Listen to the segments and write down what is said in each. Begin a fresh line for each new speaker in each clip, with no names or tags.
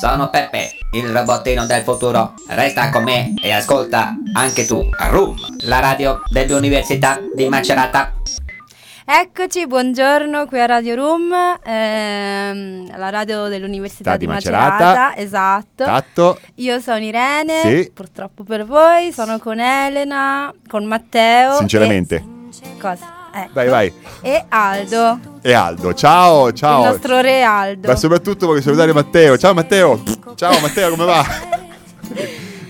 Sono Peppe, il robottino del futuro. Resta con me e ascolta anche tu Room, la radio dell'Università di Macerata.
Eccoci, buongiorno, qui a Radio Room, ehm, la radio dell'Università
Sta
di
di
Macerata,
Macerata.
esatto.
Tatto,
Io sono Irene,
Sì.
purtroppo per voi, sono con Elena, con Matteo.
sinceramente. Ah,
E... Cosa? Eh.
Vai, vai.
E Aldo,
E Aldo, ciao, ciao.
il nostro re Aldo.
Ma soprattutto voglio salutare Matteo. Ciao Matteo. Ciao Matteo, come va?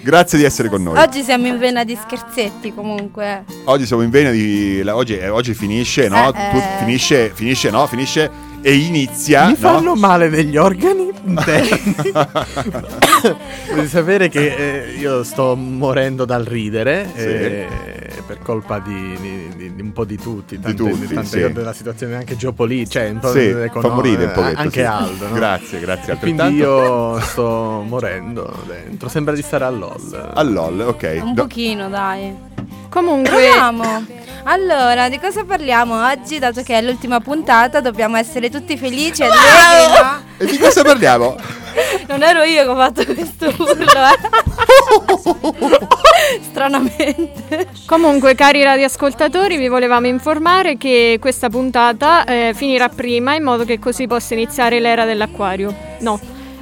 Grazie di essere con noi.
Oggi siamo in vena di scherzetti comunque.
Oggi siamo in vena di... la- Oggi, eh, oggi finisce, no?
Eh, eh.
Tut- Finisce, finisce, no? Finisce e inizia,
Mi
no?
fanno male degli organi interni. Devi sapere che eh, io sto morendo dal ridere
Sì.
eh, per colpa di, di- di- di un po' di tutti, tante,
tutti,
tante
sì.
della situazione anche geopolitica, cioè un po'
Sì,
economica,
fa morire un pochetto.
anche
sì.
Aldo. no?
Grazie, grazie.
E quindi
altrettanto.
io sto morendo dentro, sembra di stare a LOL.
A LOL, ok.
Un
No,
pochino, dai.
Comunque,
Proviamo. Allora, di cosa parliamo oggi? Dato che è l'ultima puntata, dobbiamo essere tutti felici e allegri, no?
E di cosa parliamo?
Non ero io che ho fatto questo urlo, eh. Stranamente.
comunque, cari radioascoltatori, vi volevamo informare che questa puntata eh, finirà prima in modo che così possa iniziare l'era dell'acquario. No,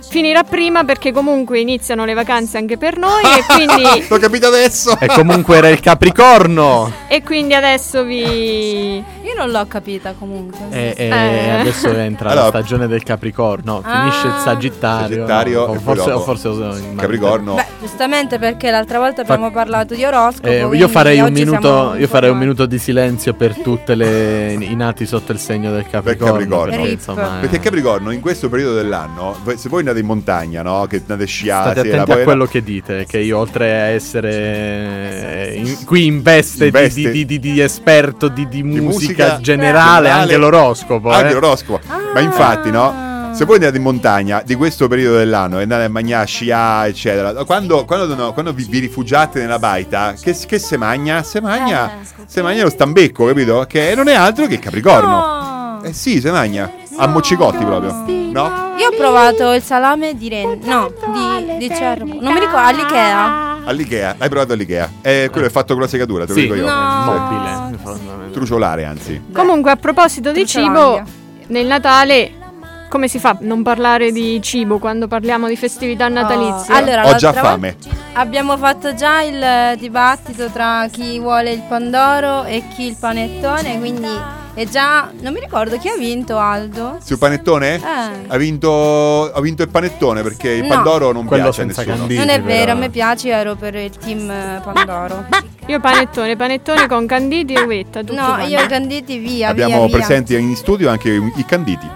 finirà prima perché comunque iniziano le vacanze anche per noi e quindi,
L'ho capito adesso.
E comunque era il Capricorno.
e quindi adesso vi...
Io non l'ho capita comunque.
E, e
Eh.
adesso entra
Allora-
la stagione del Capricorno.
Ah.
Finisce il Sagittario.
Sagittario
o
e poi
forse,
dopo
o forse lo so, in-
Capricorno.
Beh, giustamente perché l'altra volta
Fa-
abbiamo parlato di oroscopo.
Eh, io
quindi
farei, un
oggi
minuto,
siamo
io farei un
informati.
minuto di silenzio per tutte le i nati sotto il segno del Capricorno.
Capricorno.
perché,
Rip.
insomma, eh,
Perché Capricorno in questo periodo dell'anno, voi- se voi andate in montagna, no? Che andate a sciare,
State
sera,
attenti
poi-
a quello che dite, che io oltre a essere eh, in- qui in veste, di-
In veste.
Di, di- di esperto di, di musica,
musica
generale,
generale,
anche l'oroscopo.
anche
eh.
l'oroscopo. Ma infatti, no? Se voi andate in montagna di questo periodo dell'anno e andate a mangiare, a sciare, eccetera, quando, quando- no, quando vi, vi rifugiate nella baita, che, che se magna? Se magna, se magna lo stambecco, capito? Che non è altro che Capricorno.
No.
Eh sì, se magna. A moccicotti proprio. No?
Io ho provato il salame di Ren. No, di, di Cerro. Non mi ricordo, all'Ikea.
All'Ikea, l'hai provato all'Ikea. Eh, quello è fatto con la segatura, te lo
Sì,
dico io. Eh.
No.
mobile. fondamentalmente.
Truciolare, anzi.
Comunque, a proposito di cibo,
Trucilandia.
nel Natale... Come si fa a non parlare di cibo quando parliamo di festività natalizie?
Oh, allora,
Ho già
l'altra volta
fame.
Abbiamo fatto già il eh, dibattito tra chi vuole il pandoro e chi il panettone, quindi è già... Non mi ricordo chi ha vinto Aldo.
Sul panettone?
Eh.
Ha vinto, ha vinto il panettone perché il
No.
pandoro non
Quello
piace a
senza
nessuno.
canditi.
Non è
però.
vero, a me piace, ero per il team eh, Pandoro.
Io panettone, panettone con canditi e uvetta, tutto
No,
quanto.
io canditi via,
Abbiamo
via, via.
presenti in studio anche i i canditi.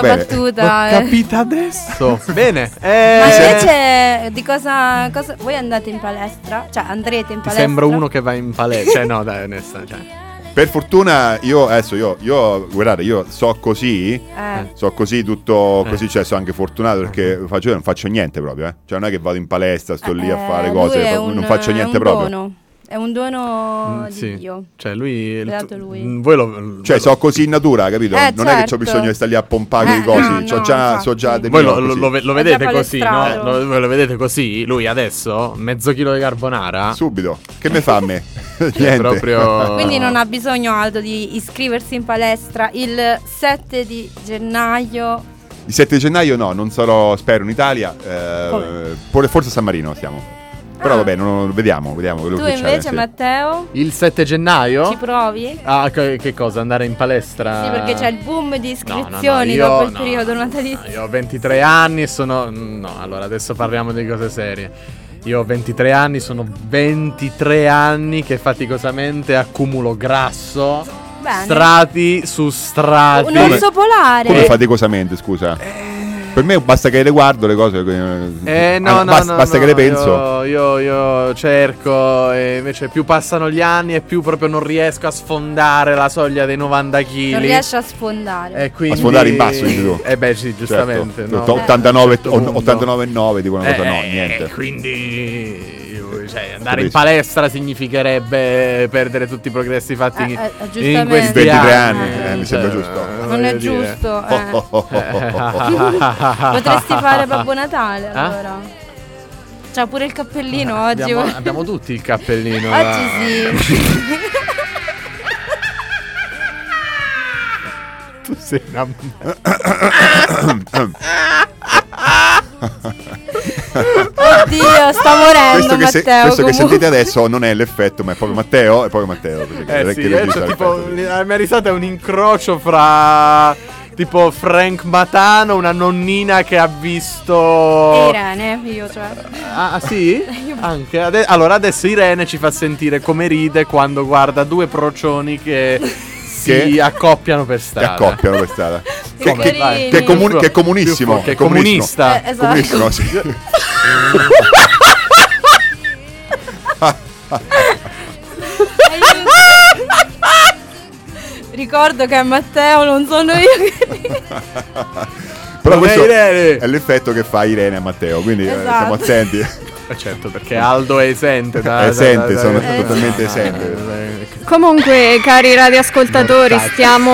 Molto bene.
L'ho
battuta... eh.
capita adesso. Bene.
Ma
eh,
invece di cosa, cosa... Voi andate in palestra? Cioè andrete in
Ti
palestra?
sembra uno che va in palestra. Cioè, no, dai, onestamente. dai.
Per fortuna io adesso io, io guardate, io so così,
Eh.
so così tutto
Eh.
così, cioè sono anche fortunato perché faccio, io non faccio niente proprio, eh. Cioè non è che vado in palestra, sto lì a
Eh,
fare
lui
cose,
è
fa-
un-
non faccio
è
niente
un
proprio.
Dono. È un dono
Mm,
di
sì.
Dio. Eh,
Cioè, lui.
Beato
tu-
lui.
mm, Voi lo.
Cioè
voi
so così in natura, capito?
Eh,
non è che
certo.
ho bisogno di stare lì a pompare
Eh,
i cosi,
no,
c'ho
no,
già, so
infatti.
già del
voi
mio
lo, lo-
così.
lo ve- lo
È già
vedete così, no?
palestrato.
Lo, voi lo vedete così? Lui adesso, mezzo chilo di carbonara.
Subito. Che mi fa a me?
è
niente.
proprio.
Quindi non ha bisogno Aldo di iscriversi in palestra il 7 di gennaio.
Il 7 gennaio no, non sarò, spero, in Italia. eh,
Come?
for- forse a San Marino siamo. Però
Ah.
vabbè, non- vediamo, vediamo quello
tu
che
invece
c'è. sì.
Matteo
Il 7
ci
gennaio.
provi?
Ah, che, che cosa? Andare in palestra?
Sì, perché c'è il boom di
Eh, No, no, no,
iscrizioni
io-
dopo il
no,
periodo
no,
natalizio.
no, io ho 23 anni e sono. No, allora adesso parliamo di cose serie. Io ho 23 anni, sono 23 anni che faticosamente accumulo grasso,
Bene.
strati su strati.
Un orso polare.
Come faticosamente, scusa? Per me basta che le guardo le cose. eh,
Eh, no,
ah,
no,
basta,
no,
basta
no,
che le penso.
Io, io- io cerco, e invece più passano gli anni e più proprio non riesco a sfondare la soglia dei 90 kg.
non riesce a sfondare.
E Eh, quindi...
A sfondare in basso, dici tu?
Eh beh, sì, giustamente.
Certo.
no?
T- 89,
A un certo punto.
89,9 tipo una cosa, no,
Eh,
niente.
Quindi io- cioè, andare in
Capisco.
palestra significherebbe perdere tutti i progressi fatti
Eh, eh,
in
giustamente.
questi
23
anni. Cioè,
anni, eh, mi sembra giusto. Non
Non
voglio
è
dire. Eh.
giusto.
Oh,
eh.
oh, oh, oh, oh, oh.
Potresti
Potresti
fare Babbo Natale
Eh?
allora. C'ha pure il cappellino oggi.
Abbiamo, abbiamo tutti il cappellino. là.
Oggi sì.
Tu sei una eh
Oddio, sto morendo
Questo, che, se-
Matteo.
questo che
comunque.
sentite adesso non è l'effetto, ma è proprio Matteo, è proprio Matteo. perché
Eh
che
sì,
registra
eh, cioè, tipo,
l'effetto.
la mia risata è un incrocio fra tipo Frank Matano, una nonnina che ha
Oh.
visto...
Irene, io cioè.
Ah, ah, sì? Anche ade- allora adesso Irene ci fa sentire come ride quando guarda due procioni che si
Che?
accoppiano per
Che
strada.
accoppiano per strada.
Che-
Che- che-
Che, è comuni-
Più
che è
fu-
comunissimo.
più fu- Che è
comunismo.
comunista.
Eh, esatto.
Comunissimo, sì.
Ricordo che è Matteo, non sono io che
Non
Però
è
questo
Irene.
è l'effetto che fa Irene a Matteo, quindi eh,
Esatto.
stiamo attenti.
Eh, certo, perché Aldo è esente. Da,
È
da-
esente,
da-
sono
da-
totalmente
no, no,
esente.
no, no, no.
Comunque, cari radioascoltatori,
Mortacci.
stiamo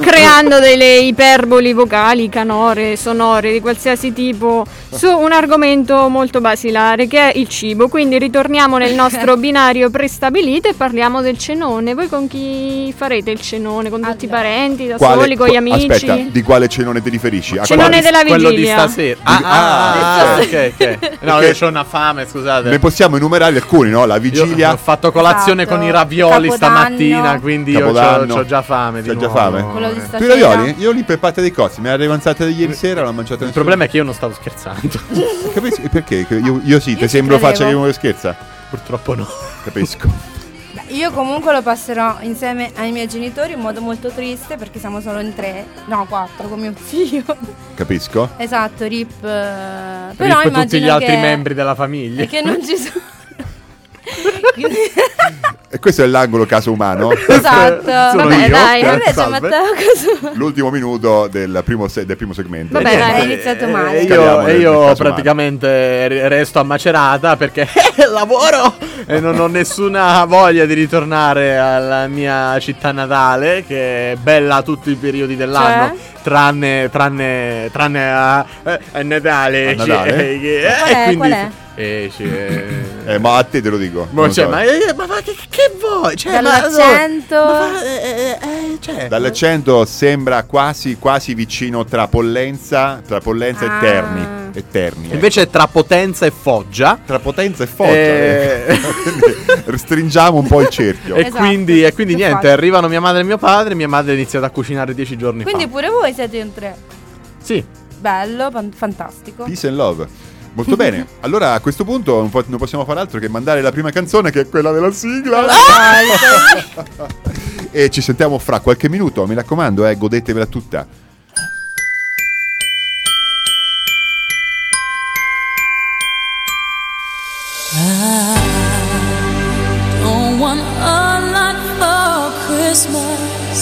creando delle iperboli vocali, canore, sonore di qualsiasi tipo su un argomento molto basilare che è il cibo. Quindi ritorniamo nel nostro binario prestabilito e parliamo del cenone. Voi con chi farete il cenone? Con tutti i
Allora.
parenti, da
Quale-
soli, con gli
qu-
amici?
Aspetta, di quale cenone ti riferisci? A
Cenone
quale?
della
Quello di
vigilia.
stasera. Ah, ah, ah, ok, ok. No,
Perché-
io ho una fame, scusate.
Ne possiamo enumerare alcuni, no? La
Io
vigilia.
ho fatto colazione
Esatto.
con i ravioli
Capodanno.
stamattina, quindi io
Capodanno.
ho già fame. di
C'hai già
nuovo.
fame?
Quello di
Tu i
stasera.
ravioli? Io lì per parte dei cozzi, mi era avanzata di ieri sera, l'ho mangiata
Il problema è che io non stavo scherzando.
Capisci? Perché? Che Io, io sì,
Io
ti
ci
sembro
credevo.
faccia che uno che scherza.
Purtroppo no.
Capisco.
Beh, Io comunque lo passerò insieme ai miei genitori in modo molto triste perché siamo solo in tre, no quattro con mio zio.
Capisco.
Esatto, rip. eh, Però
Però
immagino
tutti gli altri
che-
membri della famiglia.
e che non ci sono. Quindi-
E questo è l'angolo caso umano.
esatto.
Sono
Vabbè,
io.
dai,
E invece
Salve.
Matteo cosa?
L'ultimo minuto del primo, se- del primo segmento.
Vabbè,
Eh,
dai.
niente,
Hai iniziato male.
eh, Io,
Scaliamo
e
nel
io
discorso
praticamente re- resto a Macerata perché eh, lavoro e non ho nessuna voglia di ritornare alla mia città natale che è bella a tutti i periodi dell'anno tranne tranne tranne a, eh, a Natale.
A Natale?
Che- eh,
Qual è?
quindi-
Qual è?
Eh, sì, eh.
Eh, ma a te te lo dico.
Mo-
non
cioè,
so.
ma, eh, ma- ma che, che vuoi? Cioè, ma-
Dall'accento.
ma fa- eh, eh, eh,
Ecco.
cioè-
Dall'accento sembra quasi, quasi vicino tra Pollenza, tra Pollenza
Ah.
e Terni. E Terni. ecco.
Invece tra Potenza e Foggia
tra potenza e forza.
Eh.
Quindi stringiamo un po' il cerchio.
E
Esatto,
quindi, e quindi
che
niente,
faccio?
arrivano mia madre e mio padre. Mia madre ha iniziato a cucinare dieci giorni
Quindi
fa.
pure voi siete in tre.
Sì,
Bello, fan- fantastico.
Peace and love. Molto bene. Allora a questo punto non, po- non possiamo fare altro che mandare la prima canzone che è quella della sigla.
Ah, eh,
e ci sentiamo fra qualche minuto. Mi raccomando, eh, godetevela tutta.
Don't want a lot for Christmas.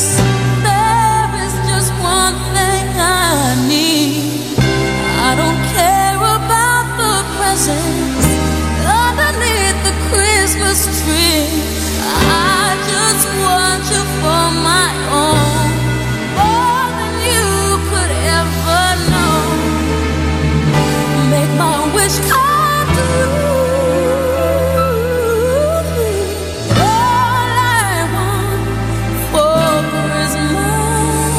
There is just one thing I need. I don't care about the presents underneath the Christmas tree. I just want you for my own, more than you could ever know make my wish come true. All I want for Christmas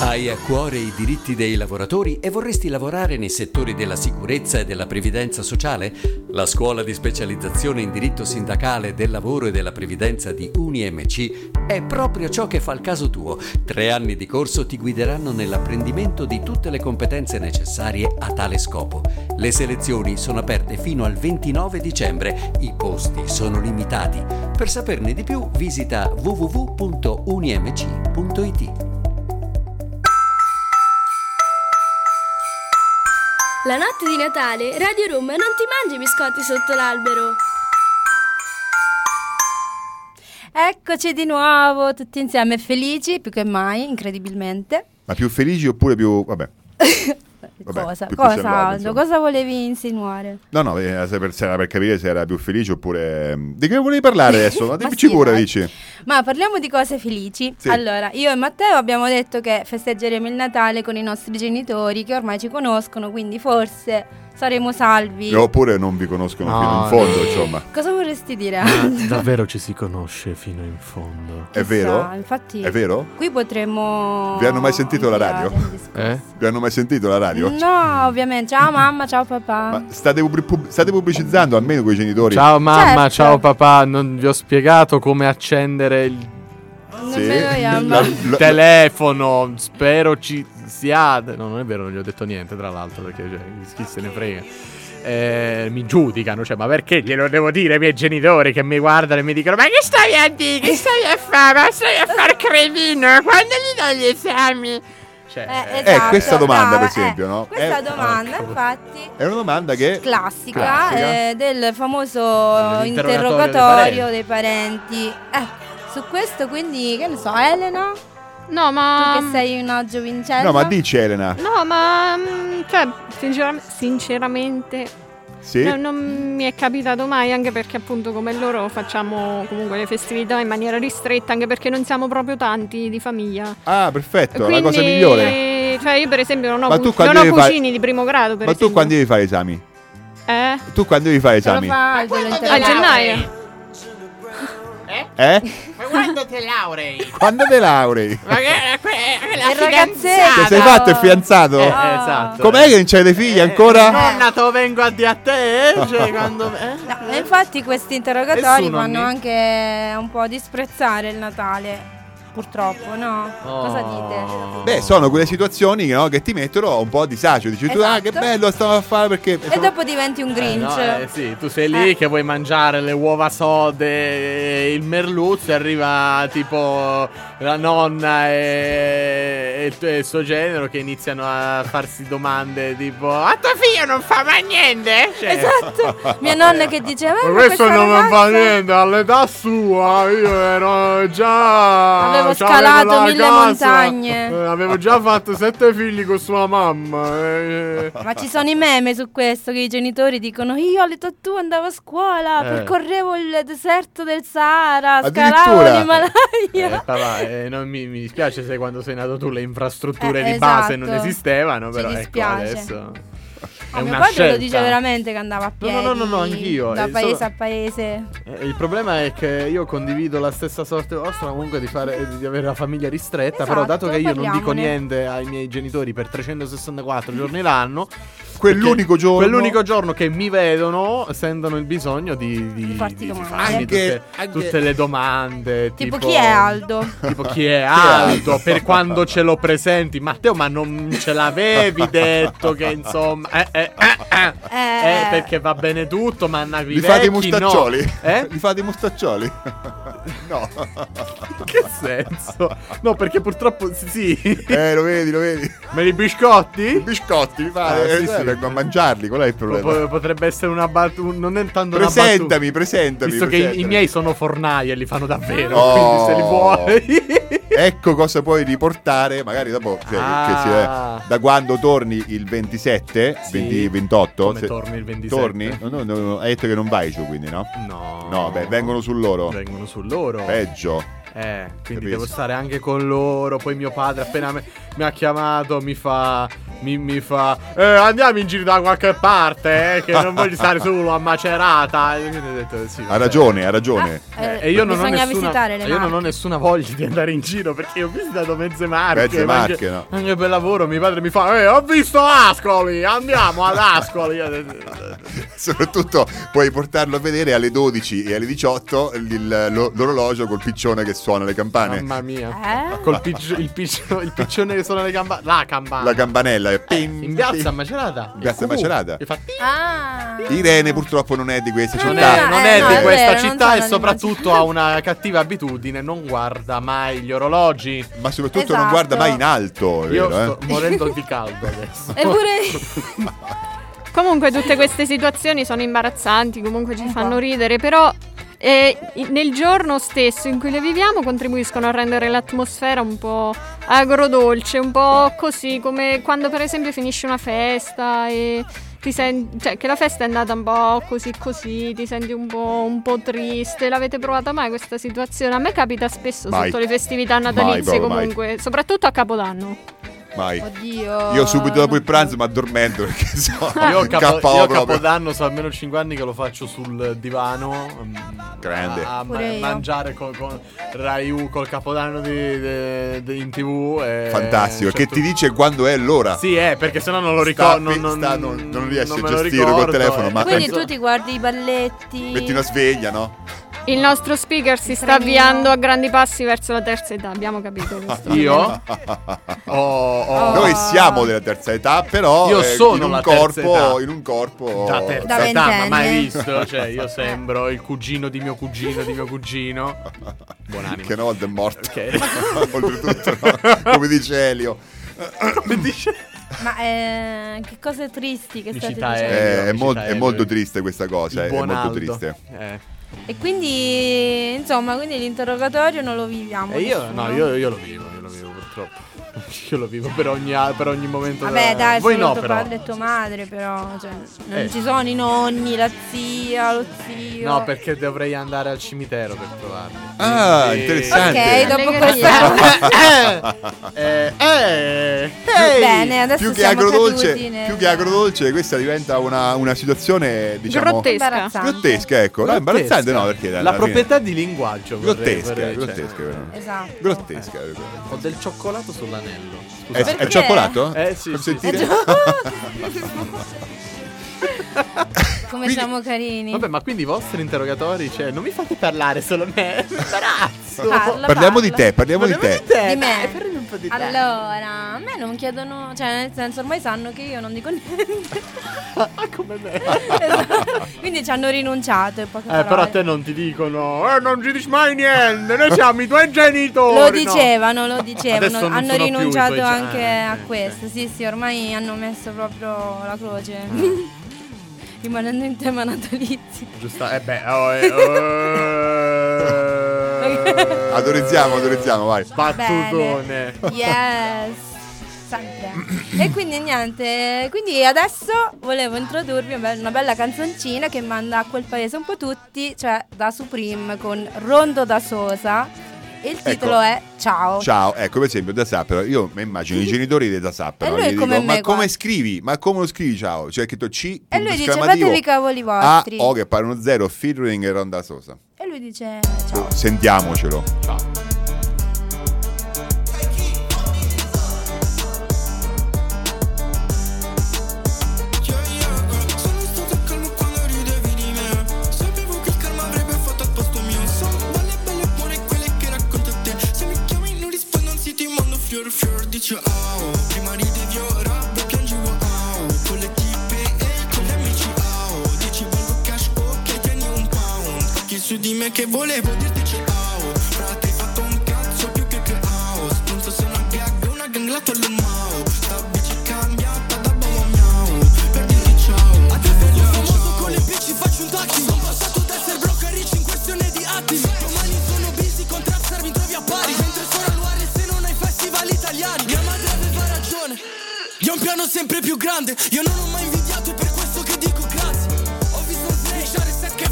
hai a cuore i diritti dei lavoratori e vorresti lavorare nei settori della sicurezza e della previdenza sociale? La scuola di specializzazione in diritto sindacale del lavoro e della previdenza di UniMC è proprio ciò che fa il caso tuo. Tre anni di corso ti guideranno nell'apprendimento di tutte le competenze necessarie a tale scopo. Le selezioni sono aperte fino al 29 dicembre, i posti sono limitati. Per saperne di più visita www.unimc.it.
La notte di Natale, Radio Room non ti mangi i biscotti sotto l'albero.
Eccoci di nuovo, tutti insieme felici, più che mai, incredibilmente.
Ma più felici oppure più... Vabbè. Vabbè,
cosa?
più
Cosa,
pisellate,
Aldo?
insomma.
Cosa volevi insinuare?
No, no, era per, era per capire se era più felice oppure... mm, Di che volevi parlare adesso? Ma
Ma
dici
sì,
pure,
dai.
dici.
Ma parliamo di cose felici.
Sì.
Allora, io e Matteo abbiamo detto che festeggeremo il Natale con i nostri genitori che ormai ci conoscono, quindi forse saremo salvi.
Eh, Oppure non vi conoscono fino
No, Ah,
in fondo, insomma.
Cosa vorresti dire?
Ma
Aldo?
davvero ci si conosce fino in fondo.
È
Chissà,
vero?
Infatti,
È vero?
qui potremmo.
Vi hanno mai sentito la radio?
ampliare il discorso.
Eh?
Vi hanno mai sentito la radio?
No, ovviamente. Ciao mamma, ciao papà.
Ma state, pubblic- pub- state pubblicizzando almeno quei genitori?
Ciao mamma,
Certo.
ciao papà, non vi ho spiegato come accendere il
Sì.
Nemmeno io,
La-
mamma.
la-
telefono. Spero ci siate. No, non è vero, non gli ho detto niente, tra l'altro, perché cioè, chi se ne frega. Eh, mi giudicano, cioè, ma perché glielo devo dire ai miei genitori che mi guardano e mi dicono: Ma che stai a dire? Che stai a fare? Ma stai a far cremino? Quando gli dai gli esami? Cioè,
Eh,
Eh,
esatto,
questa domanda, per
brava,
esempio,
eh.
no?
Questa
Eh,
domanda, infatti,
È una domanda che...
classica,
Classica.
eh, del famoso
Dell'interrogatorio dei
interrogatorio dei parenti. Eh, su questo, quindi, che ne so, Elena,
No, ma.
tu che sei una giovincella.
No, ma dici Elena.
No, ma. mm, Cioè, sinceram- sinceramente.
Sì?
no- non mi è capitato mai, anche perché appunto come loro facciamo comunque le festività in maniera ristretta, anche perché non siamo proprio tanti di famiglia.
Ah, perfetto,
Quindi,
la cosa migliore.
Cioè, io per esempio non ho,
Ma
cu-
tu quando
non ho
devi fare-
cugini di primo grado, per
Ma tu
esempio.
quando devi fare esami?
Eh?
Tu quando devi fare
Ce lo
esami?
fa Aldo,
A
l'interrogatorio.
gennaio.
Eh?
Ma quando te laurei?
Quando te laurei?
Ma che, que- quella
Il
Che
ragazzetto.
fidanzata.
sei fatto il fidanzato?
Eh,
esatto. eh,
Com'è che non c'hai dei figli ancora?
Nonna, te lo vengo a dire a te, eh? Cioè, quando... eh?
No, e infatti questi
E
interrogatori
su, nonni?
vanno anche un po' a disprezzare il Natale. Purtroppo, no? Cosa dite?
Beh, sono quelle situazioni che, no, che ti mettono un po' a disagio. Dici tu, ah, che
Esatto.
bello stavo a fare perché...
E dopo diventi un
Eh,
Grinch.
no, eh, sì, tu sei lì
Eh.
che vuoi mangiare le uova sode e il merluzzo e arriva tipo la nonna e, e il, tuo- e il suo genero che iniziano a farsi domande tipo "Ah, "A tuo figlio non fa mai niente?" Cioè,
Esatto. Mia nonna che diceva: "Eh, ma questa ragazza-
all'età sua io ero già...
Avevo c'avevo scalato la mille casa, montagne. eh,
Avevo già fatto sette figli con sua mamma. eh,
Ma ci sono i meme su questo che i genitori dicono: Io all'età tua andavo a scuola,
Eh.
percorrevo il deserto del Sahara, scalavo
Addirittura.
l'Himalaya.
Eh, papà, eh, non mi, mi dispiace se quando sei nato tu le infrastrutture
Eh,
di
esatto.
base non esistevano,
Ci
però ecco
dispiace.
adesso
Ah,
è
mio
una
padre
scelta.
lo dice veramente che andava a
No,
piedi
no, no, no, no, anch'io,
Da
eh,
paese
solo-
a paese.
Eh, Il problema è che io condivido la stessa sorte vostra comunque di, fare, di avere la famiglia ristretta, però
Esatto,
dato che io non dico
parliamone.
niente ai miei genitori per 364 giorni l'anno,
Quell'unico
perché-
giorno...
quell'unico giorno che mi vedono sentono il bisogno di, di,
Di farti domande.
farmi
Anche-
tutte, tutte le domande.
Tipo,
Tipo,
chi è Aldo?
Tipo chi è Aldo per quando ce lo presenti Matteo ma non ce l'avevi detto che insomma eh, eh, eh, eh.
Eh.
Eh, perché va bene tutto ma a
Li fate i mustaccioli?
no. Eh?
Li fate i mustaccioli? no.
che senso? no perché purtroppo sì, sì.
Eh, lo vedi, lo vedi.
ma i biscotti?
Biscotti, mi pare.
Ah, sì,
Eh,
sì.
vengo a mangiarli, qual è il problema?
Po- potrebbe essere una battuta non è tanto una battuta
presentami, presentami.
visto che i-
presentami.
i miei sono fornai e li fanno davvero
Oh.
quindi se li vuoi
Ecco cosa puoi riportare, magari dopo cioè,
Ah.
che si- eh, da quando torni il 27,
Sì.
20 28.
Come torni il 27?
Torni? No, no, no, hai detto che non vai giù, quindi no?
no
No, beh, vengono su loro.
vengono su loro
Peggio.
Eh, quindi
Capisco.
devo stare anche con loro. Poi mio padre, appena me- mi ha chiamato, mi fa. Mi, mi fa. "Eh, andiamo in giro da qualche parte. eh, che non voglio stare solo a macerata. E quindi ho detto, "Sì, Ah.
Ha
vabbè."
ragione, ha ragione.
Eh,
E io non, ho
bisogna
nessuna,
visitare le
e io non ho
Marche.
nessuna voglia di andare in giro perché io ho visitato mezze marche.
Mezze
ma anche-
Marche, no.
Anche per lavoro mio padre mi fa: Eh, ho visto Ascoli, andiamo ad Ascoli. Io ho detto,
Soprattutto puoi portarlo a vedere alle 12 e alle 18 il- lo- l'orologio col piccione che suona le campane.
Mamma mia.
Eh?
Col picci- il, picci- il piccione che suona le gamba. La campana.
La campanella è pim,
Eh, in piazza
pim.
Macerata.
In piazza
Il cubo.
Macerata.
E fa-
Ah.
Irene purtroppo non è di queste
Non
città.
è, non
Eh,
è
no,
di
è
questa
vero, non
città e
sono
soprattutto ha una cattiva abitudine, non guarda mai gli orologi.
Ma soprattutto non
Esatto.
guarda mai in alto. è
Io
vero, eh?
sto morendo di caldo adesso.
Eppure
Comunque tutte queste situazioni sono imbarazzanti, comunque ci
Esatto.
fanno ridere, però eh, i- nel giorno stesso in cui le viviamo contribuiscono a rendere l'atmosfera un po' agrodolce, un po' così come quando per esempio finisce una festa e ti senti, cioè che la festa è andata un po' così così, ti senti un po', un po' triste, l'avete provata mai questa situazione? A me capita spesso
Mai.
sotto le festività
Mai,
natalizie
proprio mai.
comunque, soprattutto a Capodanno.
eh? Mai.
Oddio.
Io subito dopo il pranzo mi addormento perché so.
Io, capo,
KO
io
proprio.
Capodanno so almeno 5 anni che lo faccio sul divano. mm,
Grande.
A, a ma-
Pure io.
mangiare con, con Raiu col Capodanno di- de- de- in tv. e-
Fantastico.
certo-
Che ti dice quando è l'ora.
Sì, eh, perché sennò non lo
Sta-
ricordo. Non,
sta- non- non riesci
non
a
me lo
gestirlo col
ricordo,
telefono,
eh.
ma-
Quindi
penso-
tu ti guardi i balletti.
Metti una sveglia, no?
Il nostro speaker si
Il
sta
trenino.
avviando a grandi passi verso la terza età, abbiamo
Ah,
capito questo.
Io? Ho- ho-
Noi siamo della terza età, però
Io
eh,
sono
in, un
la terza
corpo,
età.
in un corpo
Da
Da
terza età, ma
ventenne.
mai visto? Cioè, io sembro il cugino di mio cugino di mio cugino. Buonanima.
Che una volta è morto.
Ok.
Oltretutto, no? come dice Elio,
Come dice?
Ma eh, che cose tristi che
Mi
state
cita
dicendo.
Eh, è,
ci
mol-
sta
è
Elio.
molto triste questa cosa.
Il
È
buon
molto
Aldo.
triste.
Eh.
E quindi, insomma, quindi l'interrogatorio non lo viviamo.
E Eh, io,
nessuno.
no, io, io lo vivo, io lo vivo purtroppo. Io lo vivo per ogni, per ogni momento.
Vabbè,
della-
dai,
eh, Voi
solo
no,
tuo
però.
padre e tua madre, però. Cioè, non
Eh.
ci sono i nonni, la zia, lo zio.
No, perché dovrei andare al cimitero per trovarli.
Ah,
Quindi-
interessante.
Ok, dopo
Allegria.
questa.
Eh, eh, ehi!
Bene, adesso
Più che,
siamo
agrodolce,
caduti nel-
più che agrodolce, questa diventa una, una situazione diciamo
Grottesca.
Imbarazzante.
grottesca, ecco. No, imbarazzante, no, perché alla
la
fine-
proprietà di linguaggio vorrei-
grottesca,
vorrei- cioè,
grottesca, veramente.
Esatto.
grottesca.
Eh.
eh.
Ho del cioccolato sull'anello.
È,
Scusate.
è
Perché?
cioccolato?
Eh, sì,
Fammi
sì, sì.
sentire.
Come
Quindi-
siamo carini.
Vabbè, ma quindi i vostri interrogatori, cioè, non mi fate parlare solo me. eh, Mi imbarazzo.
Parla,
Parliamo
parla.
di te, parliamo di te.
Di
dai,
me.
parlami un po' di te.
Allora, a me non chiedono, cioè nel senso ormai sanno che io non dico niente.
Ah, come me.
Esatto. Quindi ci hanno rinunciato in poche
Eh,
parole.
però a te non ti dicono, eh, non ci dici mai niente, noi siamo i tuoi genitori.
Lo
no.
dicevano, lo dicevano,
Adesso non
hanno
sono più i
rinunciato
tuoi-
anche
ah,
a
ok,
questo. Sì, sì, ormai hanno messo proprio la croce.
Ah.
Rimanendo in tema natalizio.
Giusto, eh beh, oh, eh, oh, eh.
Adorizziamo, adorizziamo, vai.
Battutone.
Bene. Yes. Sempre. e quindi niente, quindi adesso volevo introdurvi una be- una bella canzoncina che manda a quel paese un po' tutti, cioè da Supreme con Rondo da Sosa. E il titolo è Ciao.
Ecco. Ciao, ecco per esempio da Sapero, io mi immagino i genitori di da Sapero,
E lui è
gli
come
dico,
me,
ma come
guarda."
scrivi? Ma come lo scrivi ciao? Cioè che tu C,
E lui dice
esclamativo,
fatevi i cavoli
A,
vostri.
O che pare uno zero, featuring e Ronda Sosa.
E lui dice ciao.
Sentiamocelo.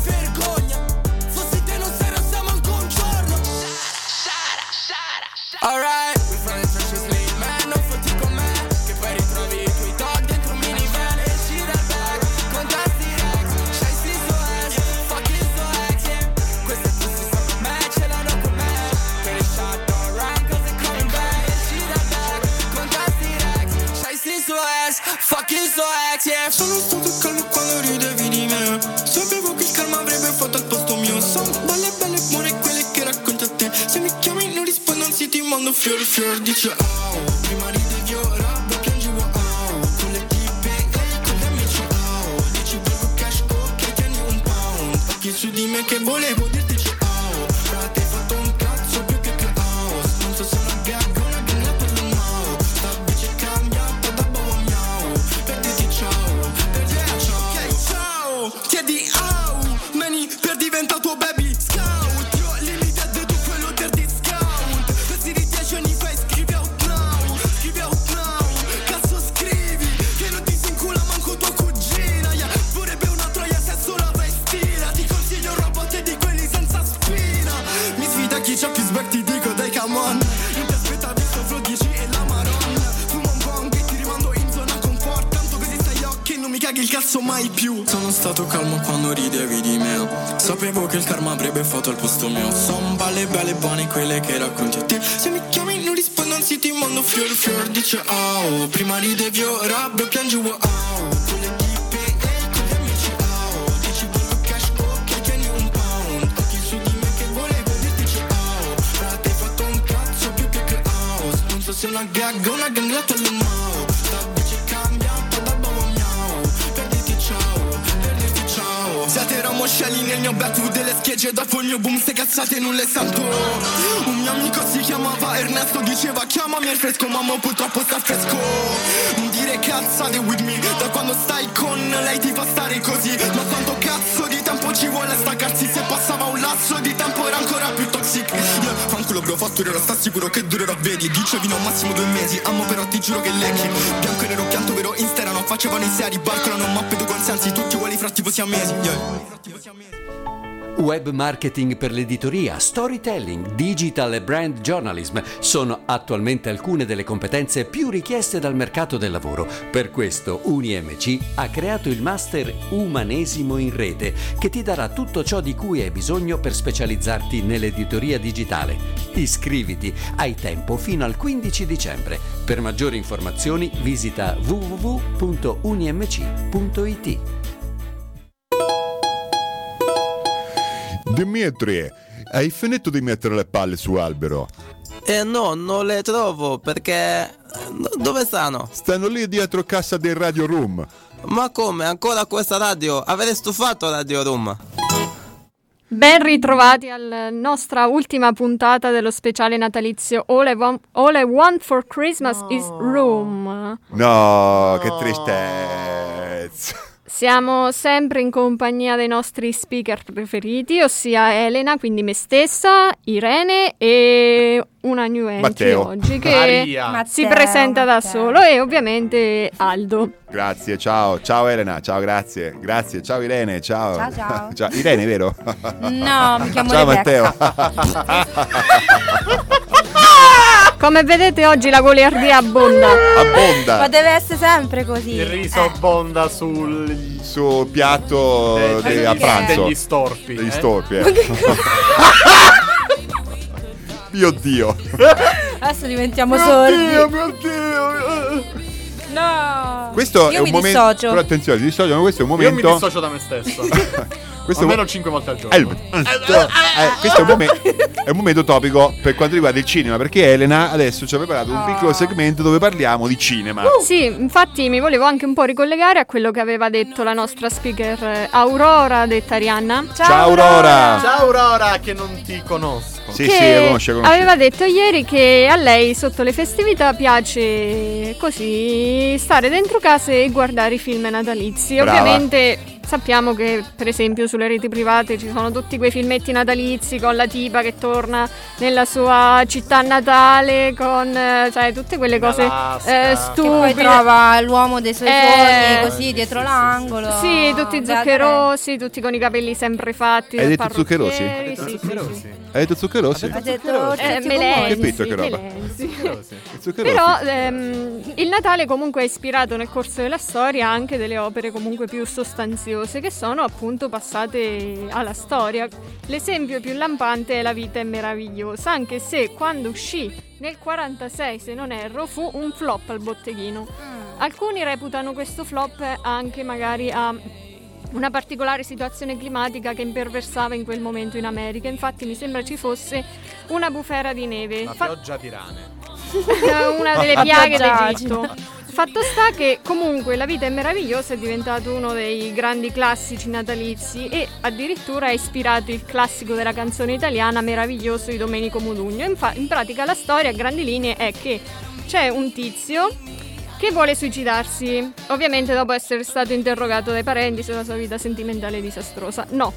Vergogna, fossi te non sarà siamo anche un giorno.
Alright, we fell in trenches late, man, non fotti con me Che poi ritrovi i tuoi dog dentro un minivan Esci dal bag, con tasti rex C'hai il suo ass, fuck il suo ex yeah. Queste pussy sta con me, ce l'hanno con me Get it shot, alright, cause it coming back Esci dal bag, con tasti rex C'hai il suo ass, fuck il suo ex yeah. Sono stato calmo quando ridevi di me Sapevo che il karma avrebbe fatto al posto mio Sono belle, belle, buone quelle che racconti a te Se mi chiami non rispondo, anzi ti mando fiori, fiori Dice oh, prima ridevi ora poi piangevo oh Con le tipe e con gli amici oh Dici bevo cash ok, tieni un pound Occhi su di me che volevo dirti "Oh, ciao Frate, hai fatto un cazzo più che caos Non so se una gag o una ganga per un no Sta bici è cambiata da bobo miau Perditi ciao, perditi ciao Ok, ciao, chiedi au Mani per diventare tuo baby scout Io limited tu quello del discount Pezzi di 10 anni fa e scrivi out now Scrivi out now Cazzo scrivi Che non ti si incula manco tua cugina yeah. Vorrebbe una troia se è solo vestita Ti consiglio robot e di quelli senza spina Mi sfida chi c'ha più sback ti dico dai come on Non ti aspettavi sto 10 e la maronna Fumo un bong e ti rimando in zona confort Tanto così stai occhi non mi caghi il cazzo mai più Sono stato calmo quando ridevi di me Sapevo che il karma avrebbe fatto al posto mio Son belle belle buone quelle che racconti a te Se mi chiami non rispondo anzi ti mando fior fior Dice oh prima ridevi ora bro piangevo oh Con le tipe e con gli amici oh Dici voglio cash ok tieni un pound Occhi su di me che volevo dirti ciao Frate hai fatto un cazzo più che caos Non so se è una gag o una gangrata alle mao Sta bici è cambiata da bobo miau Perditi ciao, perditi ciao Siete ramoscelli nel mio backwood delle schegge Dopo il mio boom se cazzate non le salto Un mio amico si chiamava Ernesto Diceva chiamami al fresco Mamma purtroppo sta al fresco Non dire cazzate with me Da quando stai con lei ti fa stare così Ma quanto cazzo di tempo ci vuole a staccarsi Se passava un lazzo di tempo era ancora più toxic yeah, Fanculo bro fatturerò sta sicuro che durerò vedi Dicevi no massimo due mesi Amo però ti giuro che lecchi Bianco e nero pianto vero insterano Facevano i seri barcolano mappe due consensi Tutti uguali fra tipo siamesi yeah.
Web marketing per l'editoria, storytelling, digital e brand journalism sono attualmente alcune delle competenze più richieste dal mercato del lavoro. Per questo UniMC ha creato il master Umanesimo in rete, che ti darà tutto ciò di cui hai bisogno per specializzarti nell'editoria digitale. Iscriviti, hai tempo fino al 15 dicembre. Per maggiori informazioni visita www.unimc.it.
Dimitri, hai finito di mettere le palle su albero?
Eh no, non le trovo perché... no- Dove stanno?
Stanno lì dietro cassa del Radio Room.
Ma come? Ancora questa radio? Avete stufato Radio Room?
Ben ritrovati alla nostra ultima puntata dello speciale natalizio All I Want, All I Want for Christmas is Room.
No, che tristezza.
Siamo sempre in compagnia dei nostri speaker preferiti, ossia Elena, quindi me stessa, Irene e una new entry
Matteo.
oggi che
Maria.
si
Matteo,
presenta da
Matteo.
solo e ovviamente Aldo.
Grazie, ciao, ciao Elena, ciao, grazie, grazie, ciao Irene, ciao.
Ciao, ciao.
Irene, vero?
No, mi chiamo
ciao
Rebecca.
Matteo.
Come vedete oggi la goliardia abbonda.
Ma
Abbonda
deve essere sempre così.
Il
Eh.
riso bonda sul...
sul piatto
eh,
de-
degli-
a
perché?
pranzo.
Degli storpi.
Degli
eh.
storpi, eh. Mio Dio.
Eh, adesso diventiamo
Mio Dio,
sordi.
mio Dio.
No.
Questo
Io
è un
mi
momento.
dissocio.
Però attenzione, mi dissocio, ma questo è un
Io mi
momento.
dissocio da me stesso.
questo è un-
Almeno 5 volte al
Eh, il-
giorno.
eh, questo è un, momen- è un momento topico per quanto riguarda il cinema, perché Elena adesso ci ha preparato un
Ah.
piccolo segmento dove parliamo di cinema.
Uh, Sì, infatti mi volevo anche un po' ricollegare a quello che aveva detto la nostra speaker eh, Aurora detta Arianna.
Ciao, Aurora.
Ciao Aurora, che non ti conosco.
Sì,
che
sì, la conosce, la conosce.
aveva detto ieri che a lei sotto le festività piace così stare dentro casa e guardare i film natalizi.
Brava.
Ovviamente sappiamo che per esempio su sulle reti private ci sono tutti quei filmetti natalizi con la tipa che torna nella sua città natale, con eh, sai, tutte quelle cose eh,
Che
stupide.
poi trova l'uomo dei suoi
Eh,
sogni così dietro l'angolo.
Sì, tutti
Beh,
zuccherosi, tutti con i capelli sempre fatti.
Hai
da
detto zuccherosi?
parrucchieri, sì, sì, sì.
Hai detto zuccherosi?
Ha detto
Eh,
tutti
Melenzi,
Ho capito che roba.
Melenzi.
Zuccherosi.
Però ehm, il Natale comunque ha ispirato nel corso della storia anche delle opere comunque più sostanziose che sono appunto passate alla storia. L'esempio più lampante è La vita è meravigliosa, anche se quando uscì nel 46, se non erro, fu un flop al botteghino.
Ah,
Alcuni reputano questo flop anche magari a una particolare situazione climatica che imperversava in quel momento in America. Infatti mi sembra ci fosse una bufera di neve.
La
Fa-
pioggia di rane.
una delle
La
piaghe
pioggia.
d'Egitto. Fatto sta che comunque La vita è meravigliosa è diventato uno dei grandi classici natalizi e addirittura ha ispirato il classico della canzone italiana Meraviglioso di Domenico Modugno. Infa- in pratica la storia a grandi linee è che c'è un tizio che vuole suicidarsi, ovviamente dopo essere stato interrogato dai parenti sulla sua vita sentimentale disastrosa. No,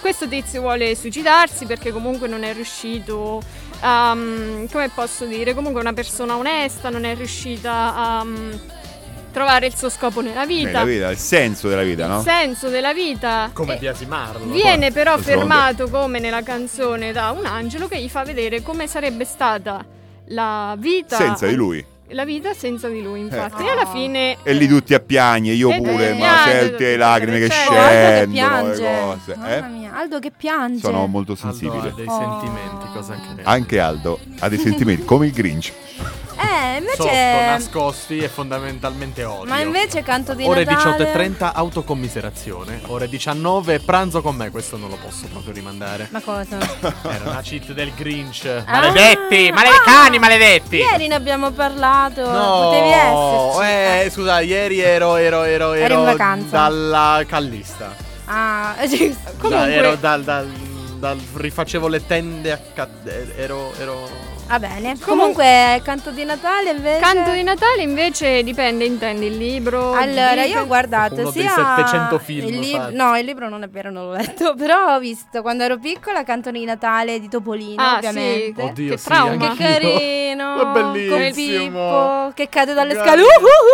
questo tizio vuole suicidarsi perché comunque non è riuscito a, um, come posso dire, comunque è una persona onesta, non è riuscita a um, trovare il suo scopo nella vita,
Nella vita, il senso della vita, no?
il senso della vita.
Come
E-
biasimarlo.
Viene però
D'altronde.
fermato come nella canzone da un angelo che gli fa vedere come sarebbe stata la vita
Senza di lui. Eh.
La vita senza di lui, infatti. E alla fine
E lì tutti a piagne, io
E
pure,
tutti
ma
piangono,
senti le lacrime che
certo.
scendono, le
piange.
cose. eh?
Mamma mia, Aldo che piange.
Sono molto sensibile.
dei Oh. sentimenti,
cosa che
Anche Aldo ha dei sentimenti come il Grinch.
Eh,
Sotto,
invece...
nascosti e fondamentalmente odio.
Ma invece canto di
Ore
Natale...
18.30 autocommiserazione, ore 19 pranzo con me, questo non lo posso proprio rimandare.
Ma cosa? Ah.
Era una cheat del Grinch.
Maledetti, male- cani maledetti.
Ieri ne abbiamo parlato.
No,
Potevi esserci.
eh, scusa, ieri ero, ero, ero,
Eri
ero
in vacanza.
dalla callista.
Ah, giusto.
Da-
Comunque...
ero dal, dal, dal- rifacevo le tende a ca- ero, ero...
Va bene. Comunque, canto di Natale invece...
Canto di Natale invece dipende, intendi il libro?
Allora, io ho guardato
Uno dei
sia
700 film
il lib-
fatti.
No, il libro non è vero, non l'ho letto. Però ho visto quando ero piccola Canto di Natale di Topolino,
Ah, sì.
ovviamente.
Oddio,
Che
sì,
trauma.
anch'io.
Che carino!
È bellissimo.
Con Pippo che cade dalle
Grazie.
scale.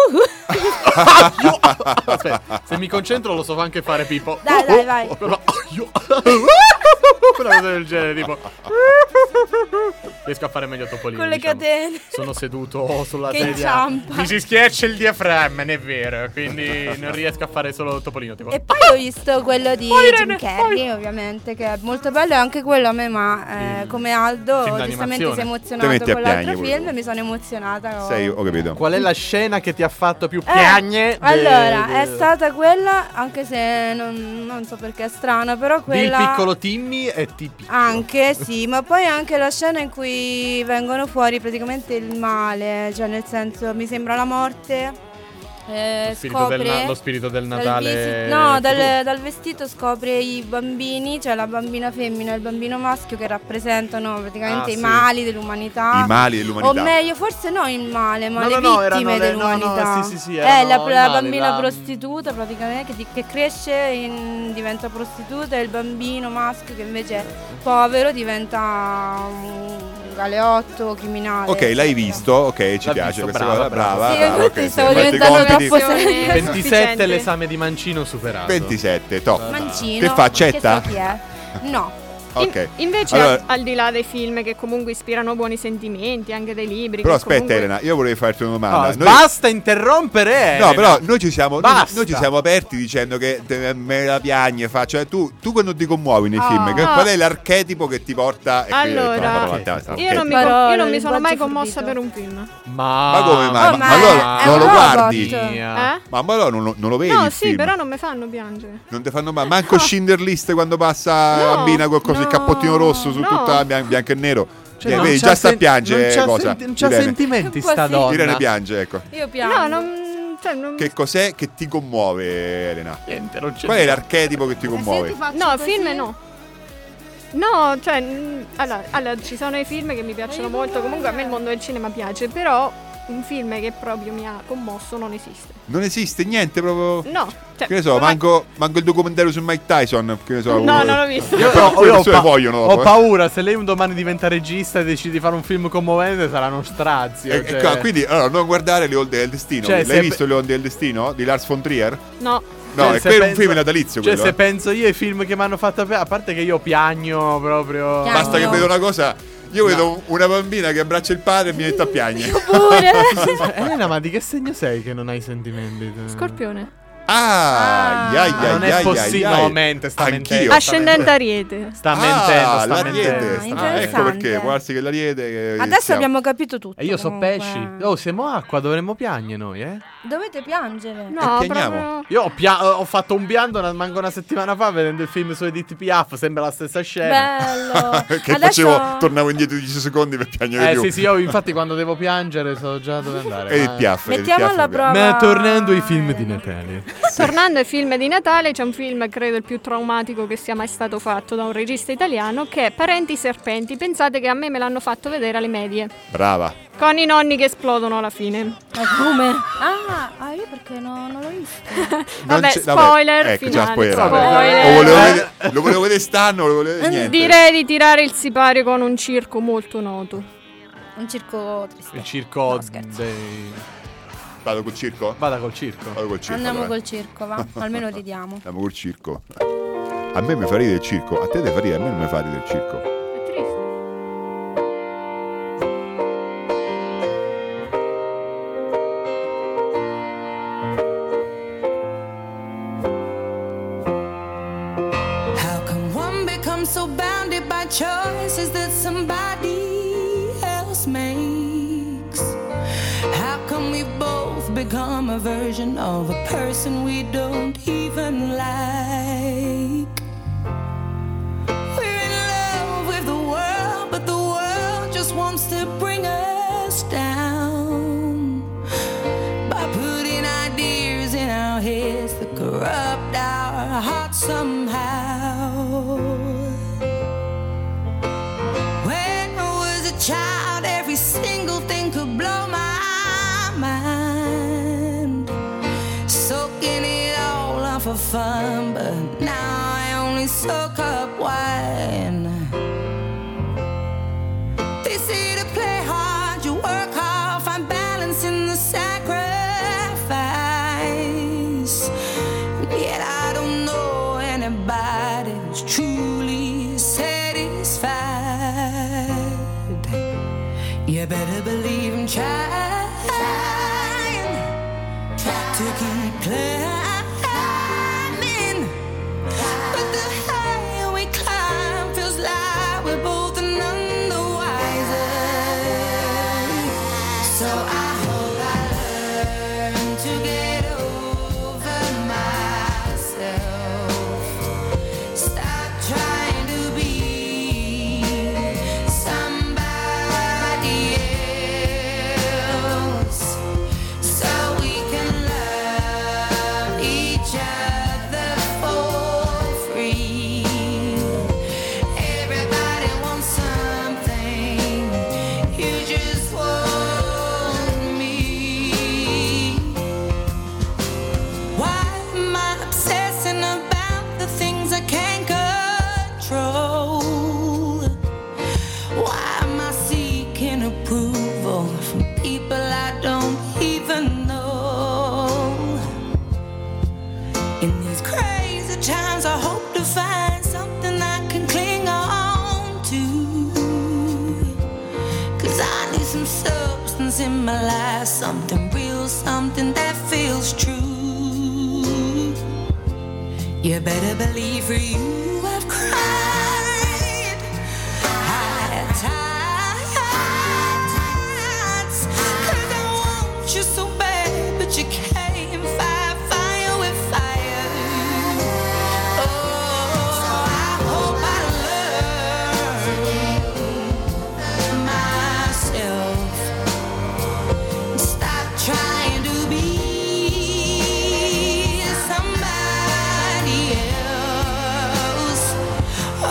Uh, uh, uh, uh.
Aspetta, se mi concentro lo so anche fare Pippo. Oh,
Dai, dai, vai.
Una cosa del genere, tipo. Riesco a fare meglio Topolino.
Con le
diciamo.
catene.
Sono seduto sulla
Che
sedia.
inciampa.
Mi si schiaccia il diaframma, non è vero. Quindi non riesco a fare solo Topolino. Tipo.
E poi ho visto quello di
Poi, Irene,
Jim Carrey, ovviamente, che è molto bello. E anche quello a me, ma eh, come
film
Aldo, giustamente
d'animazione.
si è
Te
emozionato
metti a
con l'altro
piangere pure
film.
tu.
Mi sono emozionata.
Sei, ho capito.
Qual è la scena che ti ha fatto più
Eh,
piagne? de-
allora,
de-
è stata quella, anche se non, non so perché è strana, però
di Il
quella...
piccolo Timmy e Tippi.
Anche, sì, ma poi anche la scena in cui vengono fuori praticamente il male, cioè nel senso mi sembra la morte. eh,
Lo spirito del
scopre
na- lo spirito del
dal
Natale
visi- no,
futuro.
dal, dal vestito scopre i bambini, cioè la bambina femmina e il bambino maschio che rappresentano praticamente
Ah,
i
sì.
mali dell'umanità.
I mali dell'umanità.
O meglio, forse no il male, ma
No,
le
no, no, erano
vittime
le- no, no,
dell'umanità.
sì, sì, sì,
eh,
erano
la,
il
la
male,
bambina
la-
prostituta praticamente che, di- che cresce in- diventa prostituta e il bambino maschio che invece è povero diventa un galeotto criminale.
Ok, l'hai visto, ok, ci
L'ha visto,
piace questa
brava,
cosa,
brava.
brava.
Ah, eh. Sì,
brava,
infatti
ok,
stavo
sì, fatti i
diventando
compiti.
troppo seria.
È
27
sufficiente.
l'esame di Mancino superato.
27, top.
Mancino.
Che fa, accetta?
Che so chi è. No.
In-
Ok.
invece,
Allora-
al, al di là dei film che comunque ispirano buoni sentimenti, anche dei libri.
Però
che
aspetta
comunque-
Elena, io volevo farti una domanda.
Ah,
Noi-
Basta interrompere!
No,
Elena.
però noi ci siamo, noi,
Basta.
noi ci siamo aperti dicendo che te- me la piagne, fa. Cioè, tu, tu quando ti commuovi nei
Ah.
film, che-
No.
qual è l'archetipo che ti porta? E quindi ho detto,
Allora,
no, parola, basta,
Io non,
archetipo.
mi,
Parole,
com- io non mi sono
linguaggio
mai commossa
forbito.
per un film.
Ma,
Ma come mai?
Oh,
ma,
ma
ma
è-
allora
è
non
un
lo
robot.
guardi?
Mia.
Eh?
Ma allora non lo, non lo vedi?
No,
il
sì,
film?
però non mi fanno piangere.
Non ti fanno mai manco Schindler List quando passa
No,
Bambina col coso, il
no,
cappottino rosso su
no.
tutta bian- bianco e nero.
Cioè,
Eh,
non
vedi,
c'ha
già sta
sen-
a
non
piangere
c'ha
cosa?
senti- non c'ha
Irene.
sentimenti
Può
sta
sì.
donna.
Irene piange, ecco.
Io piango.
No, non. Cioè, non...
Che cos'è che ti commuove, Elena?
Niente, non c'è.
Qual è l'archetipo che ti commuove?
No, film no. No, mm, cioè, mh, allora, allora, ci sono i film che mi piacciono molto, comunque a me il mondo del cinema piace, però un film che proprio mi ha commosso non esiste.
Non esiste niente proprio.
No, cioè,
Oh. Che ne so,
ormai-
manco, manco il documentario su Mike Tyson. Che ne so,
No,
uno-
non l'ho visto.
Però
Io-
alcune
io
persone
pa-
vogliono
ho
dopo, eh.
paura, se lei un domani diventa regista e decide di fare un film commovente, saranno strazio.
E- e
cioè-
qua, quindi, eh, allora, non guardare Le Onde del Destino.
Cioè,
L'hai
se-
visto Le Onde del Destino? Di Lars von Trier?
No.
No,
Cioè,
è
se
quello- un
penso-
film natalizio
Cioè,
quello.
se
eh.
penso io ai film che mi hanno fatto. pe- A parte che io piagno proprio.
Basta che vedo una cosa. Io vedo una bambina che abbraccia il padre e mi mette a piangere.
Elena, ma di che segno sei che non hai sentimenti?
Scorpione.
Ah, ai, ai,
Ma non è
ai, ai,
possibile,
ai.
no, mente, sta
Anch'io.
mentendo, sta
Ascendente Ariete.
Sta
Ah,
mentendo, sta
l'ariete,
mentendo.
sta-
Ah,
ecco perché,
interessante.
può darsi che l'ariete. eh,
Adesso
sia-
abbiamo capito tutto.
E io so
comunque.
pesci. Oh, siamo acqua, dovremmo piagne noi, eh?
Dovete piangere.
No,
E pianiamo.
proprio
Io ho, pia- ho fatto un pianto una- manco una settimana fa vedendo il film su Edith Piaf, sembra la stessa scena.
Bello.
che
Adesso-
facevo, tornavo indietro 10 secondi per piangere
eh
più.
sì, sì, io infatti quando devo piangere so già dove andare.
E
ma-
il piaff. e il
Mettiamo
piaff,
alla
il piaff.
prova.
Ma tornando ai film di Natale.
Tornando ai film di Natale, c'è un film, credo il più traumatico che sia mai stato fatto da un regista italiano, che è Parenti Serpenti. Pensate che a me me l'hanno fatto vedere alle medie,
Brava.
con i nonni che esplodono alla fine.
Ma come? Ah, ah, io perché no- non l'ho visto.
Non
Vabbè,
c'è-
spoiler
Ecco, già
finale.
spoilerato.
Spoiler. Eh,
O volevo vedere- lo volevo vedere stanno, lo volevo vedere niente.
Direi di tirare il sipario con un circo molto noto.
Un circo triste.
Il circo
No, scherzo.
dei...
eh. Vado col circo?
Vada col circo.
Vado col circo.
Andiamo
dai.
col circo, va. Almeno ridiamo.
Andiamo col circo. A me mi fa ridere il circo, a te te fa ridere, a me non mi fa ridere il circo.
È triste.
How can one become so bounded by choices that somebody else makes? How come we both become a version of a person we don't even like? We're in love with the world, but the world just wants to bring us down by putting ideas in our heads that corrupt our hearts somehow. When I was a child, every single thing could blow my mind, soaking it all up for fun. But now I only soak up wine. They say to play hard, you work hard, find balance in the sacrifice. Yet I don't know anybody who's truly satisfied. You better believe I'm trying to keep climbing. But the higher we climb feels like we're both none the wiser. So I hope I learn to get over myself. Stop trying to be somebody else. So we can love each other for free. Everybody wants something. You just want me. Why am I obsessing about the things I can't control? Why am I seeking approval from people I don't even know? In these crazy times, I hope to find something I can cling on to. Cause I need some substance in my life, something real, something that feels true. You better believe for you, I've cried. High tides. 'Cause I want you so bad, but you can't fight fire with fire. Oh, I hope I learn myself. Stop trying to be somebody else. Oh,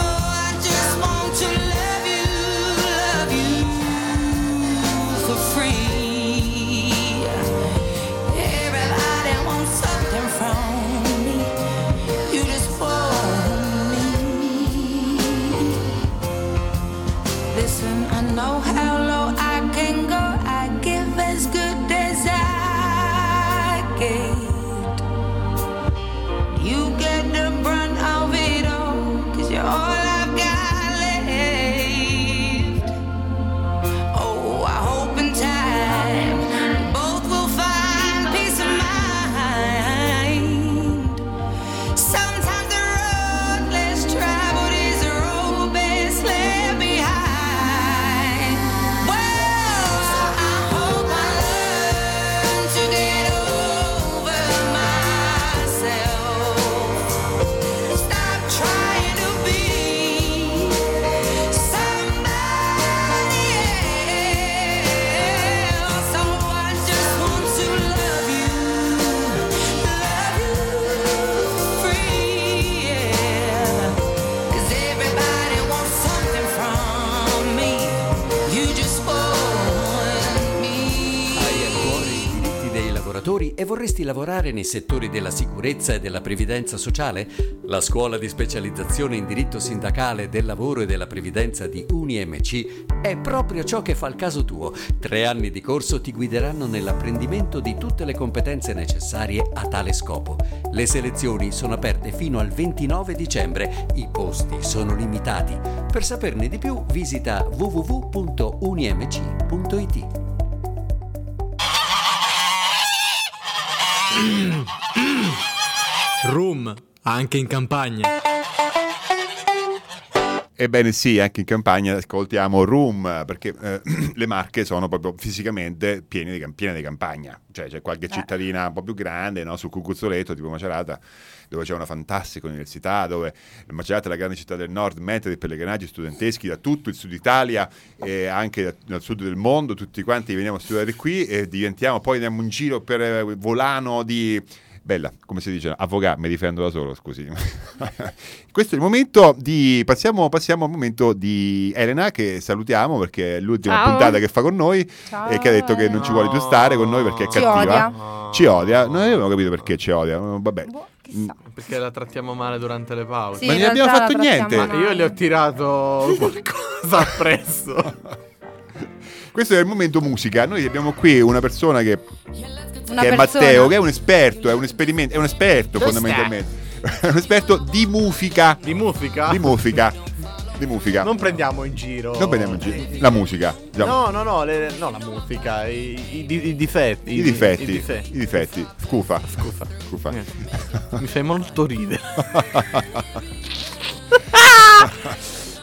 Listen, I know how low I can go. I give as good as I get. You get the brunt of it all, cause you're all I've got left. Oh, I hope in time both will find peace of mind. Sometimes the road less traveled is the road best left behind. Well, I hope I learn to get over myself. Stop trying to be somebody else. Someone just wants to love you, love you free, yeah. 'Cause everybody wants something from me. You just want me.
diritti dei lavoratori e vorresti lavorare nei settori della sicurezza e della previdenza sociale? La scuola di specializzazione in diritto sindacale del lavoro e della previdenza di UniMC è proprio ciò che fa il caso tuo. Tre anni di corso ti guideranno nell'apprendimento di tutte le competenze necessarie a tale scopo. Le selezioni sono aperte fino al 29 dicembre, i posti sono limitati. Per saperne di più visita www.unimc.it.
Room, anche in campagna.
Ebbene sì, anche in campagna ascoltiamo Room, perché eh, le Marche sono proprio fisicamente piene di, piene di campagna. Cioè c'è qualche cittadina un po' più grande, no? sul Cucuzzoletto, tipo Macerata, dove c'è una fantastica università, dove Macerata è la grande città del nord, meta dei pellegrinaggi studenteschi da tutto il sud Italia e anche da- dal sud del mondo, tutti quanti veniamo a studiare qui e diventiamo, poi andiamo in giro per eh, Volano di... Bella, come si dice, avvocato, mi difendo da solo, scusi. Questo è il momento di. Passiamo, passiamo al momento di Elena, che salutiamo perché è l'ultima
Ciao.
puntata che fa con noi e che ha detto che non ci vuole più stare con noi perché è
Ci
cattiva. Ci odia. Non abbiamo capito perché ci odia. Mm, Vabbè. Mm,
Perché la trattiamo male durante le pause.
Sì, Ma in non abbiamo realtà la fatto trattiamo niente. male.
Io le ho tirato qualcosa appresso.
Questo è il momento musica. Noi abbiamo qui una persona che,
Una
che è
persona.
Matteo, che è un esperto, è un esperimento, è un esperto
Cos'è?
fondamentalmente. È un esperto di mufica.
Di mufica?
Di mufica. Di mufica.
Non prendiamo in giro.
Non prendiamo in giro. La musica. diciamo.
No, no, no, le- no, la musica, i, i- i- i difetti.
I difetti,
I difetti.
i difetti. Scufa.
Scufa. Eh.
Scufa.
Mi fai molto ridere.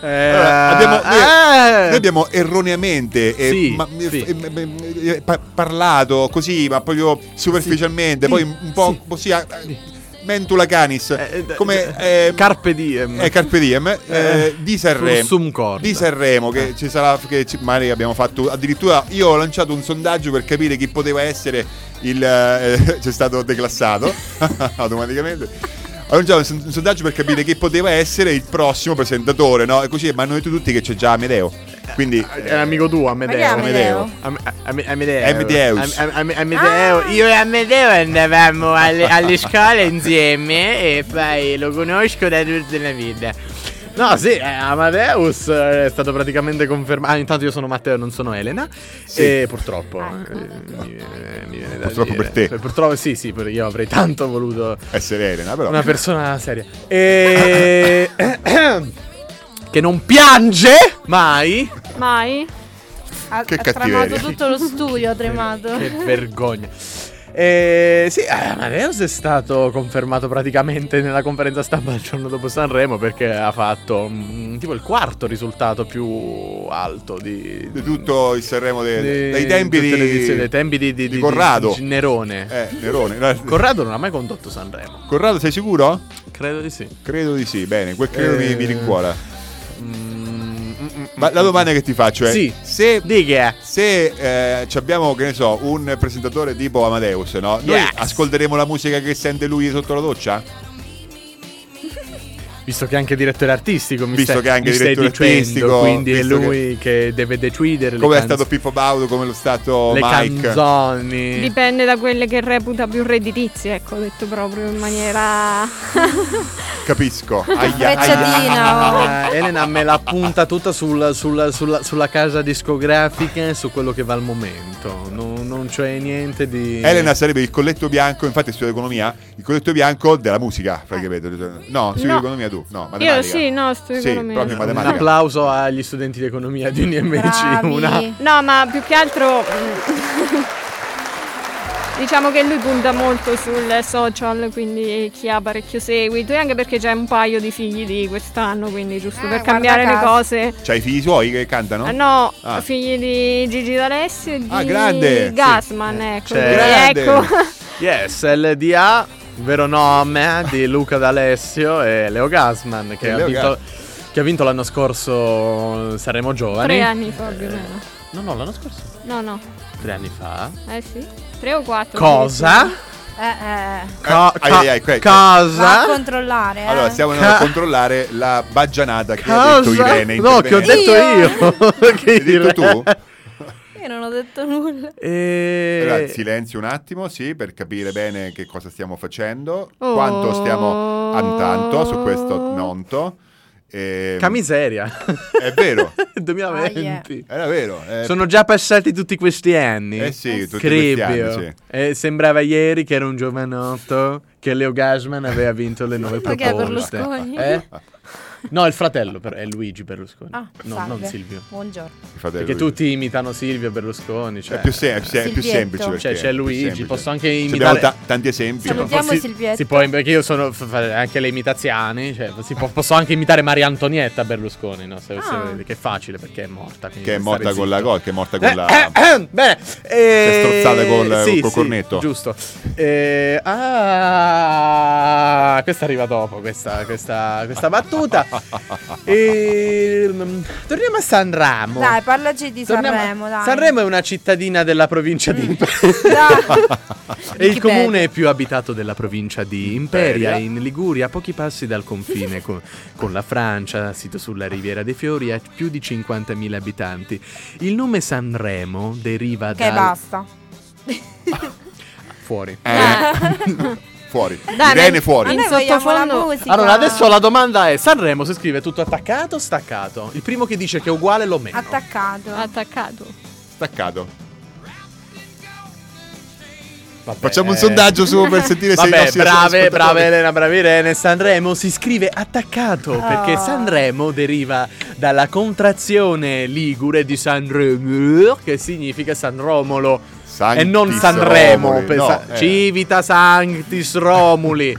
Allora, abbiamo- noi,
eh.
noi abbiamo erroneamente eh,
Sì,
ma- eh, m- m- eh, pa- parlato così, ma proprio superficialmente, poi un po' così. a- Mentula canis,
Eh,
come
Carpe diem,
eh, Carpe diem, eh,
Eh,
di Sanremo,
Sum corda.
di Sanremo che ci sarà, che ci- magari abbiamo fatto addirittura. Io ho lanciato un sondaggio per capire chi poteva essere il eh, c'è stato declassato automaticamente. Ho lanciato un son- un sondaggio per capire chi poteva essere il prossimo presentatore, no? E così, ma hanno detto tutti che c'è già Amedeo. Quindi,
Eh, È amico tuo, Amedeo.
Ma chi è Amedeo?
Am- am- Amedeo.
Amedeus.
Am- am- Amedeo. Io e Amedeo andavamo alle, alle scuole insieme e poi lo conosco da tutta la vita. No, sì, eh, Amadeus eh, è stato praticamente confermato. Ah, intanto io sono Matteo e non sono Elena. E purtroppo. eh, mi viene- mi viene da
Purtroppo
dire.
per te.
Cioè, Purtroppo sì, sì, per- io avrei tanto voluto
essere Elena, però.
una persona seria. E... che non piange mai.
Mai?
Ha,
Che
ha tremato
cattiveria.
tutto lo studio, ha tremato.
Che vergogna. Eh, sì, eh, Amadeus è stato confermato praticamente nella conferenza stampa il giorno dopo Sanremo perché ha fatto mm, tipo il quarto risultato più alto di,
di tutto il Sanremo de-
di-
Eh, dai tempi
tutte
di,
le edizioni, dai tempi di, di- di-
Corrado.
di Nerone.
Eh, Nerone. no.
Corrado non ha mai condotto Sanremo.
Corrado, sei sicuro?
Credo di sì.
Credo di sì, bene, quel credo mi,
Eh. mm,
mi rincuora. Ma la domanda che ti faccio è:
Sì.
se,
Dica.
se eh, ci abbiamo, che ne so, un presentatore tipo Amadeus, no? Noi
Yes.
ascolteremo la musica che sente lui sotto la doccia?
Visto che è anche direttore artistico, mi
Visto
stai,
che è anche
mi stai
direttore
dicendo,
artistico,
quindi è
visto
lui che... deve decidere le
Come è
canz-
stato Pippo Baudo, come lo è stato
le
Oh, Mike.
canzoni.
Dipende da quelle che reputa più redditizie, ecco, detto proprio in maniera...
Capisco. oh.
Frecciatina,
Ah, Elena me la punta tutta sul- sul- sulla, sulla casa discografica e su quello che va al momento. Non, non c'è niente di.
Elena sarebbe il colletto bianco, infatti studio economia, il colletto bianco della musica, perché vedo. No, studio
Ah. No.
economia tu, no, matematica.
Io sì, no, sto
Sì, proprio
Un
matematica.
applauso agli studenti di economia di UNMC.
Bravi.
Una...
No, ma più che altro. mm, Diciamo che lui punta molto sul social, quindi chi ha parecchio seguito, e anche perché c'è un paio di figli di quest'anno, quindi giusto
Eh,
per cambiare le
caso.
cose.
C'hai i figli suoi che cantano?
Ah, no,
Ah.
figli di Gigi D'Alessio e di
Ah, grande, sì.
Gasman, ecco.
Cioè-
quindi ecco.
Yes, LDA, vero nome di Luca D'Alessio e Leo Gasman, che,
E
ha,
Leo
vinto, che ha vinto l'anno scorso Saremo Giovani.
Tre anni fa più o meno.
No, no, l'anno scorso.
No, no,
Tre anni fa.
eh sì. Tre o quattro.
Cosa?
Eh, eh.
Co-
ai, ai, ai, que-
Va a
cosa?
controllare. eh.
Allora, stiamo andando a controllare la baggianata che ha
Cosa?
detto Irene.
No, che ho detto io. che
Hai detto tu?
Io non ho detto nulla.
Allora,
E...
silenzio un attimo, sì, per capire bene che cosa stiamo facendo,
Oh.
quanto stiamo andando su questo nonto. Ehm,
Che miseria.
È vero,
2020.
era vero. eh,
Sono già passati tutti questi anni.
Eh sì, tutti
Crebbio.
questi anni, sì.
Eh, sembrava ieri che era un giovanotto che Leo Gasman aveva vinto le nuove
Ma che è
proposte.
Berlusconi?
Eh? No, il fratello però, è Luigi Berlusconi.
Ah,
no,
salve.
non Silvio.
Buongiorno.
il fratello
Perché
Luigi.
tutti imitano Silvio Berlusconi. Cioè.
È più, sem- sem- più
Silvietto.
semplice. perché
Cioè, c'è
è più
Luigi,
semplice.
posso anche
Se
imitare-
abbiamo ta- tanti esempi.
Cioè,
Salutiamo
si-
Silvietto.
Si può, perché io sono f- fare anche le imitazioni. Cioè, si può- posso anche imitare Maria Antonietta Berlusconi. No? Se- se-
Ah.
che è facile perché è morta. quindi
Che è
puoi
morta
stare
con la
zitto.
gol, che è morta con la...
Bene,
è
eh,
strozzata col-
sì,
col
sì,
cornetto.
Giusto. Eh, ah, questa arriva dopo, questa, questa, questa battuta. E, mm, torniamo a Sanremo.
Dai, parlaci di
Torniamo-
Sanremo, dai. Mm.
Sanremo è una cittadina della provincia di Imperia. e il
Wikipedia.
comune più abitato della provincia di Imperia,
Imperia.
in Liguria, a pochi passi dal confine con, con la Francia, sito sulla Riviera dei Fiori, ha più di 50.000 abitanti. Il nome Sanremo deriva
Che
dal...
basta.
Fuori.
Eh. fuori.
Dai,
Irene
ma-
fuori.
Ma
In
noi vogliamo la
sottofondo-
musica.
Allora, adesso la domanda è: Sanremo si scrive tutto attaccato o staccato? Il primo che dice che è uguale lo meno.
Attaccato.
Attaccato.
Staccato.
Vabbè.
Facciamo un sondaggio su per sentire se i
Eh. Vabbè,
nostri
brave,
ascoltatori-
brave Elena, brava Irene. Sanremo si scrive attaccato perché Sanremo deriva dalla contrazione ligure di Sanremo, che significa San Romolo.
Sanctis
e non Sanremo,
Romuli,
per
no,
Sa-
eh.
Civita Sanctis Romuli,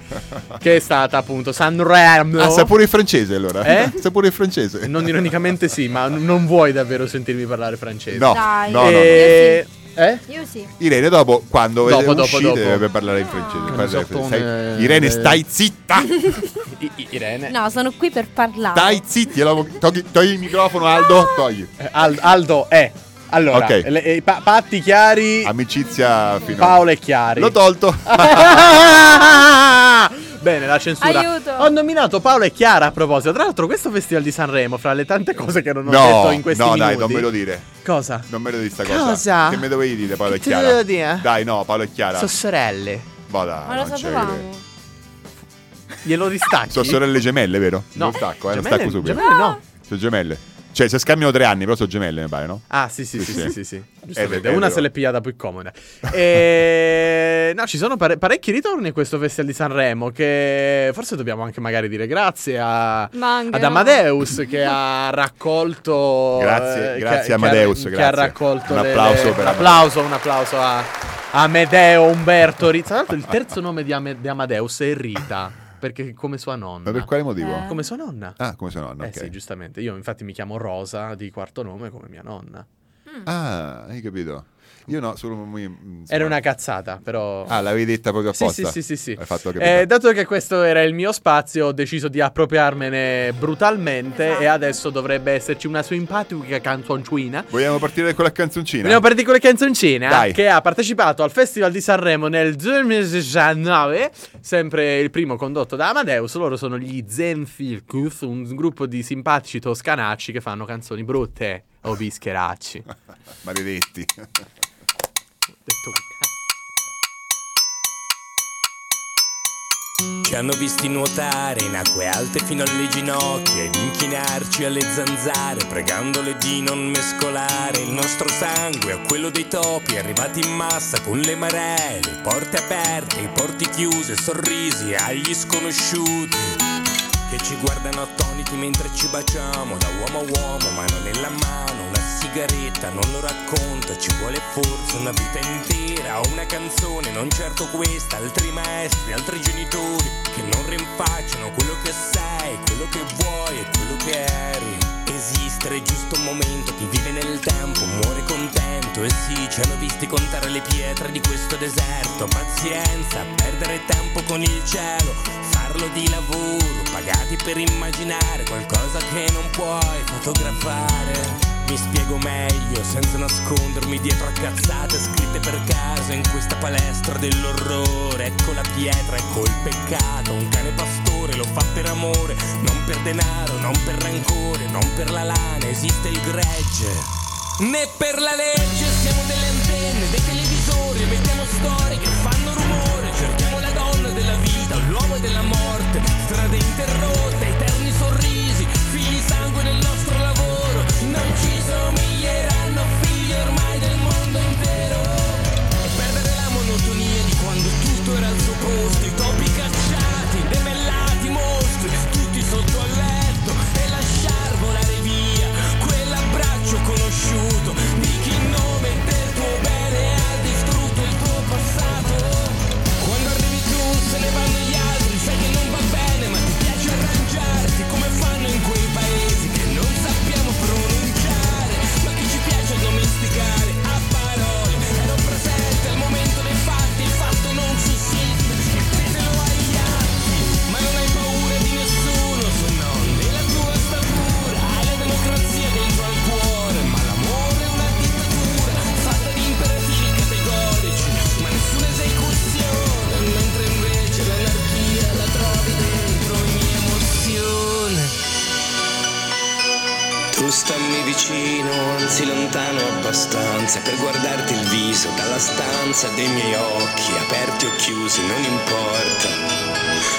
che è stata appunto Sanremo.
Ah, sa pure il francese allora.
Eh?
Sa pure il francese.
Non ironicamente sì, ma n- non vuoi davvero sentirmi parlare francese.
No,
Dai.
no, no, no.
E- Eh?
Io sì.
Irene dopo quando
Dopo,
eh,
dopo,
uscite
dopo.
deve parlare in francese.
Non
Parla-
so eh, come-
stai- Irene stai zitta.
I- I- Irene.
No, sono qui per parlare.
Stai zitti, allora, togli, togli il microfono Aldo, togli.
Eh, Al- Aldo è. Allora,
Ok.
le- eh, pa- patti chiari,
Amicizia fino
Paolo e chiari.
L'ho tolto.
Bene, la censura.
Aiuto.
Ho nominato Paolo e Chiara a proposito. Tra l'altro, questo festival di Sanremo, fra le tante cose che non ho detto
no,
in questi
no,
minuti.
dai, non me lo dire.
Cosa?
Non me lo dire sta
Cosa?
cosa. Che me dovevi dire Paolo e
Che te devo
Chiara?
dire?
Dai, no, Paolo e Chiara.
Sono sorelle.
Vada,
Ma lo sapevamo.
Glielo distacchi?
Sono sorelle gemelle, vero?
No.
Lo stacco, eh, lo
Gemelle-
stacco subito.
gemelle no.
Sono gemelle. Cioè, se scambiano tre anni, però sono gemelle, mi pare, no? Eh,
Ah, sì, sì, sì,
Sì,
sì,
sì.
sì, sì. Giustamente,
vero, è
una
vero.
se l'è pigliata più comoda. E... No, ci sono pare- parecchi ritorni a questo Festival di Sanremo che forse dobbiamo anche magari dire grazie a...
Ma anche
ad
no.
Amadeus che ha raccolto...
Grazie,
eh,
grazie
che ha-
Amadeus,
Che ha,
grazie.
che ha raccolto...
Un
le-
applauso
le-
per
un
Amadeus.
applauso, un applauso a Amedeo Umberto Rita. Tra l'altro il terzo nome di, Ame- di Amadeus è Rita, perché è come sua
Ma
nonna.
per quale motivo?
Eh.
Come sua nonna.
Ah, come sono nonno,
Eh
ok.
sì,
Mm.
giustamente. Io infatti mi chiamo Rosa di quarto nome come mia nonna.
Ah, hai capito. Io no, solo mi- insomma.
Era una cazzata, però.
Ah, l'avevi detta proprio
Sì,
apposta?
sì, sì, sì, sì.
Hai fatto capire.
Eh, dato che questo era il mio spazio, ho deciso di appropriarmene brutalmente. E adesso dovrebbe esserci una simpatica canzoncina.
Vogliamo partire con la canzoncina?
Vogliamo partire con le canzoncine
Dai.
che ha partecipato al Festival di Sanremo nel 2019, sempre il primo condotto da Amadeus. Loro sono gli Zen Filcus, un gruppo di simpatici toscanacci che fanno canzoni brutte o bischeracci.
Maledetti.
Ci hanno visti nuotare in acque alte fino alle ginocchia ed inchinarci alle zanzare, pregandole di non mescolare il nostro sangue a quello dei topi, arrivati in massa con le maree, le porte aperte, i porti chiusi, sorrisi agli sconosciuti. Che ci guardano attoniti mentre ci baciamo Da uomo a uomo, mano nella mano Una sigaretta non lo racconta Ci vuole forse una vita intera O una canzone, non certo questa Altri maestri, altri genitori Che non rinfacciano quello che sei Quello che vuoi e quello che eri Esistere è giusto un momento Chi vive nel tempo muore contento E sì, ci hanno visti contare le pietre di questo deserto Certo, Pazienza, perdere tempo con il cielo Farlo di lavoro, pagati per immaginare qualcosa che non puoi fotografare. Mi spiego meglio senza nascondermi dietro a cazzate scritte per caso in questa palestra dell'orrore. Ecco la pietra, ecco il peccato. Un cane pastore lo fa per amore, non per denaro, non per rancore, non per la lana. Esiste il gregge. Né per la legge Cioè, siamo delle antenne, dei televisori, mettiamo storie che fanno rumore, Cioè, cerchiamo la donna della vita, l'uomo della morte, strade interrotte, eterni sorrisi, figli sangue nel nostro lavoro, non ci somiglieranno figli ormai del mondo intero. E perdere la monotonia di quando tutto era al suo posto, i topi cacciati, debellati mostri, tutti sotto al letto e lasciar volare via quell'abbraccio conosciuto di chi in nome del tuo bene ha distrutto il tuo passato. Quando arrivi tu se ne vanno gli altri, sai che non va bene ma ti piace arrangiarti come fanno in quei paesi che non sappiamo pronunciare ma che ci piace domesticare a parole. Ero presente al momento dei fatti, il fatto non sussiste, il peso lo hai gli atti, ma non hai paura di nessuno se non della tua statura. Hai la democrazia dentro al cuore, ma l'amore è una dittatura fatta di imperativi categorici, ma nessuna esecuzione, mentre invece l'anarchia la trovi dentro ogni emozione. Tu stammi vicino, anzi lontano abbastanza per guardarti il viso dalla stanza dei miei occhi, aperti o chiusi, non importa.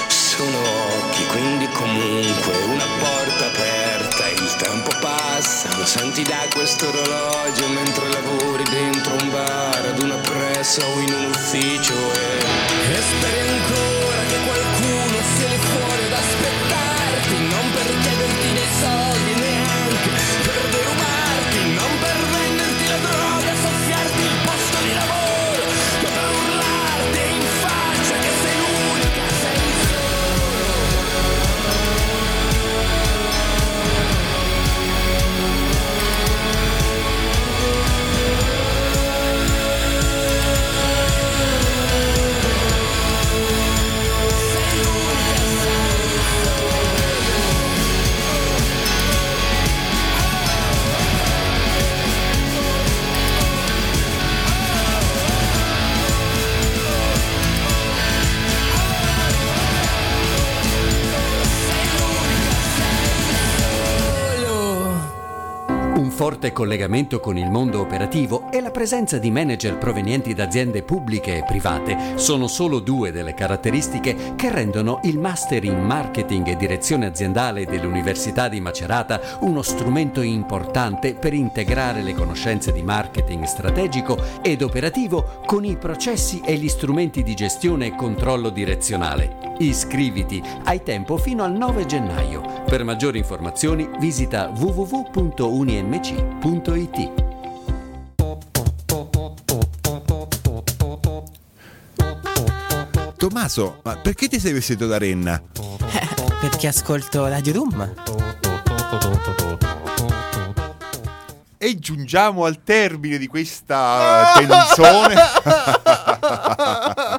Sono occhi, quindi comunque una porta aperta, il tempo passa, lo senti da questo orologio mentre lavori dentro un bar, ad una pressa o in un ufficio e... E speri ancora che qualcuno sia lì fuori ad aspettarti, non per chiederti dei soldi neanche, per derubarti, non per venderti la droga, soffiarti il posto di lavoro, ma per urlarti in faccia che sei l'unica, sei
Un forte collegamento con il mondo operativo e la presenza di manager provenienti da aziende pubbliche e private sono solo due delle caratteristiche che rendono il Master in Marketing e Direzione Aziendale dell'Università di Macerata uno strumento importante per integrare le conoscenze di marketing strategico ed operativo con i processi e gli strumenti di gestione e controllo direzionale. Iscriviti, hai tempo fino al 9 gennaio. Per maggiori informazioni visita www.unimc.it.
Tommaso, ma perché ti sei vestito da renna?
Perché ascolto Radio Room.
E giungiamo al termine di questa eh, canzone.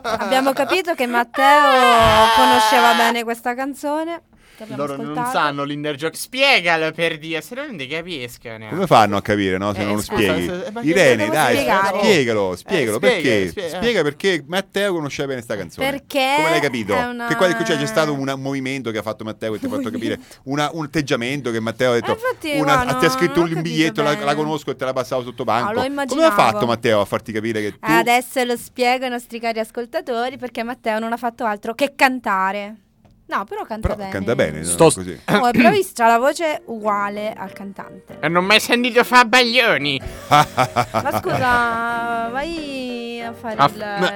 Abbiamo capito che Matteo conosceva bene questa canzone. che abbiamo
Loro non
ascoltato.
sanno l'inner joke. Spiegalo per Dio, se no non ti capiscono.
Come fanno a capire, no? Se
Eh,
non lo
scusa,
spieghi.
se- ma che
Irene,
devo
dai,
spiegare?
spiegalo,
Eh,
spiegalo.
spiega,
perché?
spiega.
Spiega perché Matteo conosceva bene sta canzone.
Eh, Perché
Come l'hai capito?
è una-
Che qua cioè, c'è stato una- un movimento che ha fatto Matteo e ti ha fatto capire una- un atteggiamento che Matteo ha detto.
Eh, infatti,
una-
guarda,
ti ha scritto
non ho
un biglietto, la,
capito
la conosco e te l'ha passato sotto
No,
banco.
lo
Come ha
immaginavo. Ah,
fatto Matteo a farti capire che tu...
Adesso lo spiego ai nostri cari ascoltatori perché Matteo non ha fatto altro che cantare. No, però canta bene.
Canta bene, no?
Sto-
così.
Oh, però hai visto, ha la voce uguale al cantante.
Eh,
Non ho mai sentito fa baglioni.
Ma
Ah.
scusa, Uh, vai a fare
Ah,
il...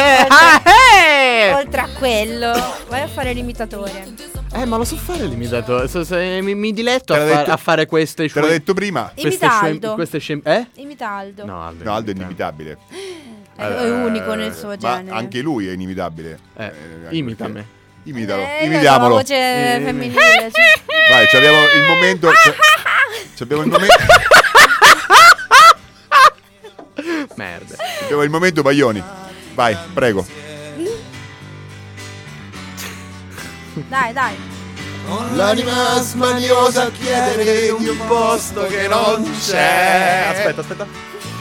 Ah, eh!
oltre, oltre a quello, vai a fare l'imitatore.
Eh, ma lo so fare l'imitatore. so- so- eh, mi, mi diletto a,
Te l'ho
fa-
detto-
a fare queste
Te l'ho detto prima.
Queste
Imitaldo.
scem- queste scem- eh?
Imitaldo.
No, Aldo,
No, Aldo è inimitabile.
È- è unico nel suo
ma
genere.
Anche lui è inimitabile. Eh, anche
imitami.
perché- Imitalo,
Eh, La
imitiamolo.
Eh,
voce femminile. cioè.
Vai, ci abbiamo il momento. c'è- ci abbiamo il momento.
Merda.
Abbiamo il momento, Baglioni. Vai, prego.
Mm? Dai, dai.
L'anima smaniosa chiede di un posto che non c'è.
Aspetta, aspetta.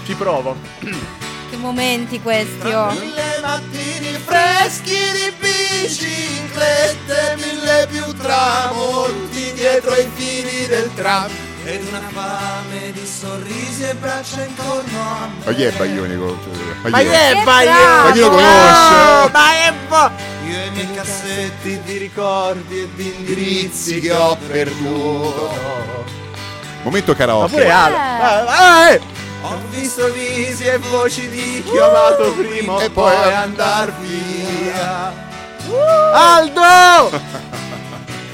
Ci provo.
Che momenti questi, oh.
Mille mattini freschi di biciclette, mille più tramonti dietro ai fili del tram. Ed una fame di sorrisi e braccia intorno a me.
Ma chi è Baglioni? Co- cioè,
Ma chi è
Baglioni?
Baglioni?
Ma chi lo conosce?
Ma è Io e i miei cassetti di ricordi e di indirizzi che ho perduto.
Momento karaoke.
eh. Ho visto visi e voci di chi ho amato prima e poi andar via. Aldo!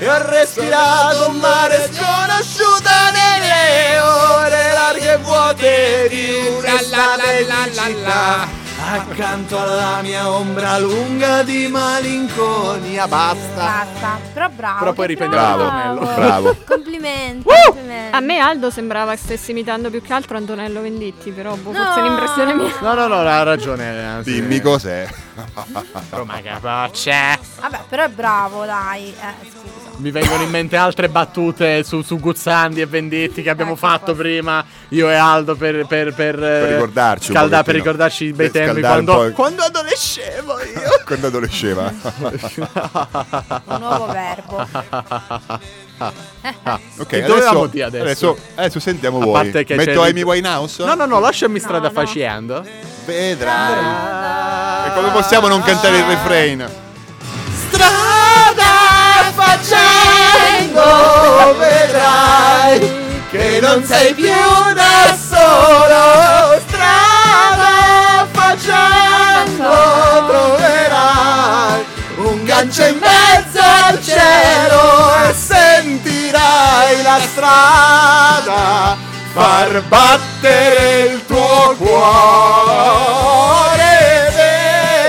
e ho respirato un mare sconosciuta nelle ore larghe e vuote di un'estate di città. Accanto alla mia ombra lunga di malinconia, basta.
Basta. Però bravo.
Però poi
che
riprende
bravo.
l'Antonello.
Bravo.
Complimenti. complimenti.
A me Aldo sembrava stesse imitando più che altro Antonello Venditti, però boh, forse è
Ah.
l'impressione mia.
No, no, no, ha ragione. anzi.
Dimmi cos'è.
Roma capoccia.
Vabbè, però è bravo, dai. Eh, scusa.
Mi vengono in mente altre battute su, su Guzzandi e Venditti che abbiamo fatto prima io e Aldo per, per, per,
Per ricordarci. un
scalda- per
pochettino.
ricordarci i bei
Per
tempi
scaldare
quando,
un po'
quando adolescevo io.
Quando adolesceva.
Un nuovo verbo.
ok,
Che dovevamo
adesso,
dire adesso?
adesso, adesso sentiamo
A
voi.
parte che
Metto
c'è il-
Amy Winehouse?
No, no, no, lasciami strada facendo.
Vedrai. E come possiamo non cantare il refrain?
Strada facendo vedrai che non sei più da solo. Strada facendo troverai un gancio in mezzo al cielo e sentirai la strada far battere il tuo cuore.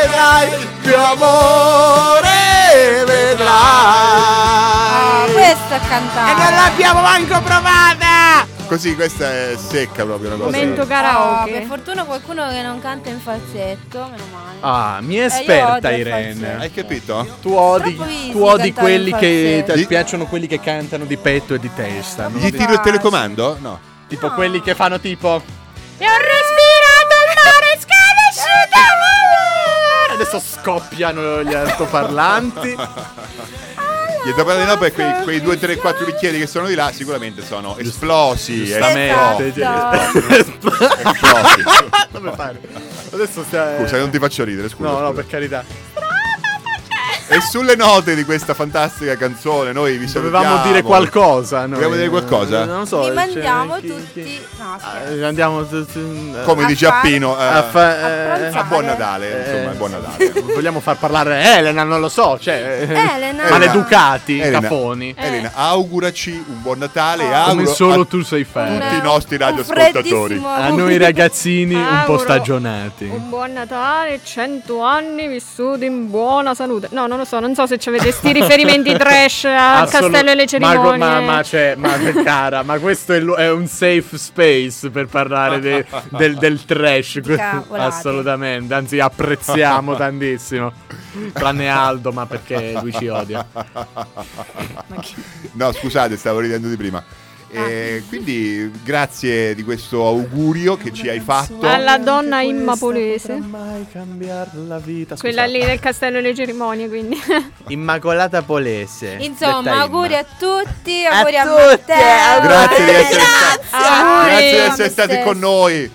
Vedrai più amore, vedrai.
Questo è cantare.
E non l'abbiamo manco provata!
Così questa è secca proprio una cosa.
Momento
Oh,
karaoke.
per fortuna qualcuno che non canta in falsetto, meno male.
Ah, mia
Eh, io
esperta
odio il
Irene.
Hai capito?
Tu odi,
Troppo easy
tu odi
cantare
quelli
in
che
falsetto.
ti piacciono quelli che cantano di petto e di testa. no?
Gli tiro il telecomando? No.
Tipo quelli che fanno tipo
E ho respirato il mare sconosciuto!
"Eh, adesso scoppiano gli altoparlanti.
Gli dopo di dopo è quei, quei 2, 3, 4 bicchieri che sono di là sicuramente sono esplosi. eh. Esatto.
Giustamente,
esatto.
Esatto.
esplosi, esplosi.
Come fare? Adesso stai
Scusa, non ti faccio ridere, scusa.
No, no,
scusa.
per carità.
E sulle note di questa fantastica canzone noi vi salutiamo.
Dovevamo dire qualcosa, noi.
Dobbiamo dire qualcosa?
Non lo so.
Li
cioè,
mandiamo
chi-
tutti. No, aspetta.
eh, Andiamo t- t-
Come
A
dice
fare-
Appino, eh,
a, fa- eh,
pranzare.
a buon Natale,
Eh.
insomma, a buon Natale.
Vogliamo far parlare Elena, non lo so, cioè
Elena.
maleducati,
Elena.
cafoni.
Elena, auguraci un buon Natale e
Ah, Come
auguro
solo
a
tu sai fare.
tutti i nostri
Un
radioascoltatori.
freddissimo-
A noi ragazzini un po'
Auguro
stagionati.
Un buon Natale, 100 anni vissuti in buona salute. No, non lo so, non so se ci avete sti riferimenti trash al
Assolut-
castello e le cerimonie.
Ma, ma, ma, c'è- ma che cara, ma questo è, lu- è un safe space per parlare de- del, del trash.
cavolate.
Assolutamente, anzi apprezziamo tantissimo. Tranne Aldo, ma perché lui ci odia.
No, scusate, stavo ridendo di prima. Eh, quindi grazie di questo augurio che ci hai fatto.
Alla donna imma polese.
la vita.
Quella lì del castello e le cerimonie, quindi.
Immacolata Polese.
Insomma, auguri a tutti,
A
auguri a,
tutti,
eh.
Matteo.
Grazie di essere,
Ah,
Auguri.
grazie di essere
Auguri.
stati con noi.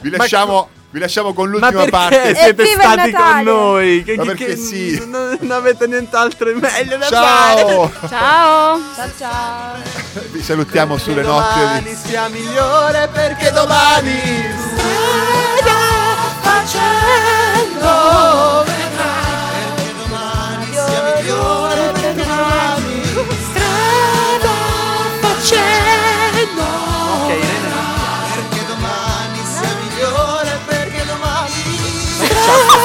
Vi lasciamo, vi lasciamo con l'ultima
perché
parte.
siete Evviva il stati con Natale! noi? Che-
Ma
che-
perché
che-
sì.
Non, avete nient'altro di meglio da
Ciao.
fare.
Ciao.
Ciao ciao.
Vi salutiamo sulle notti.
Domani sia migliore perché domani
strada facendo vedrai perché domani sia migliore per domani strada facendo perché domani sia migliore perché domani
Eh,
strada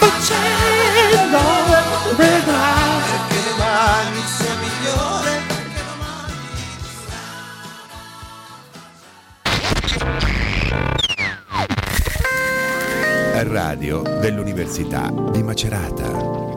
facendo vedrai perché domani sia migliore
Radio dell'Università di Macerata.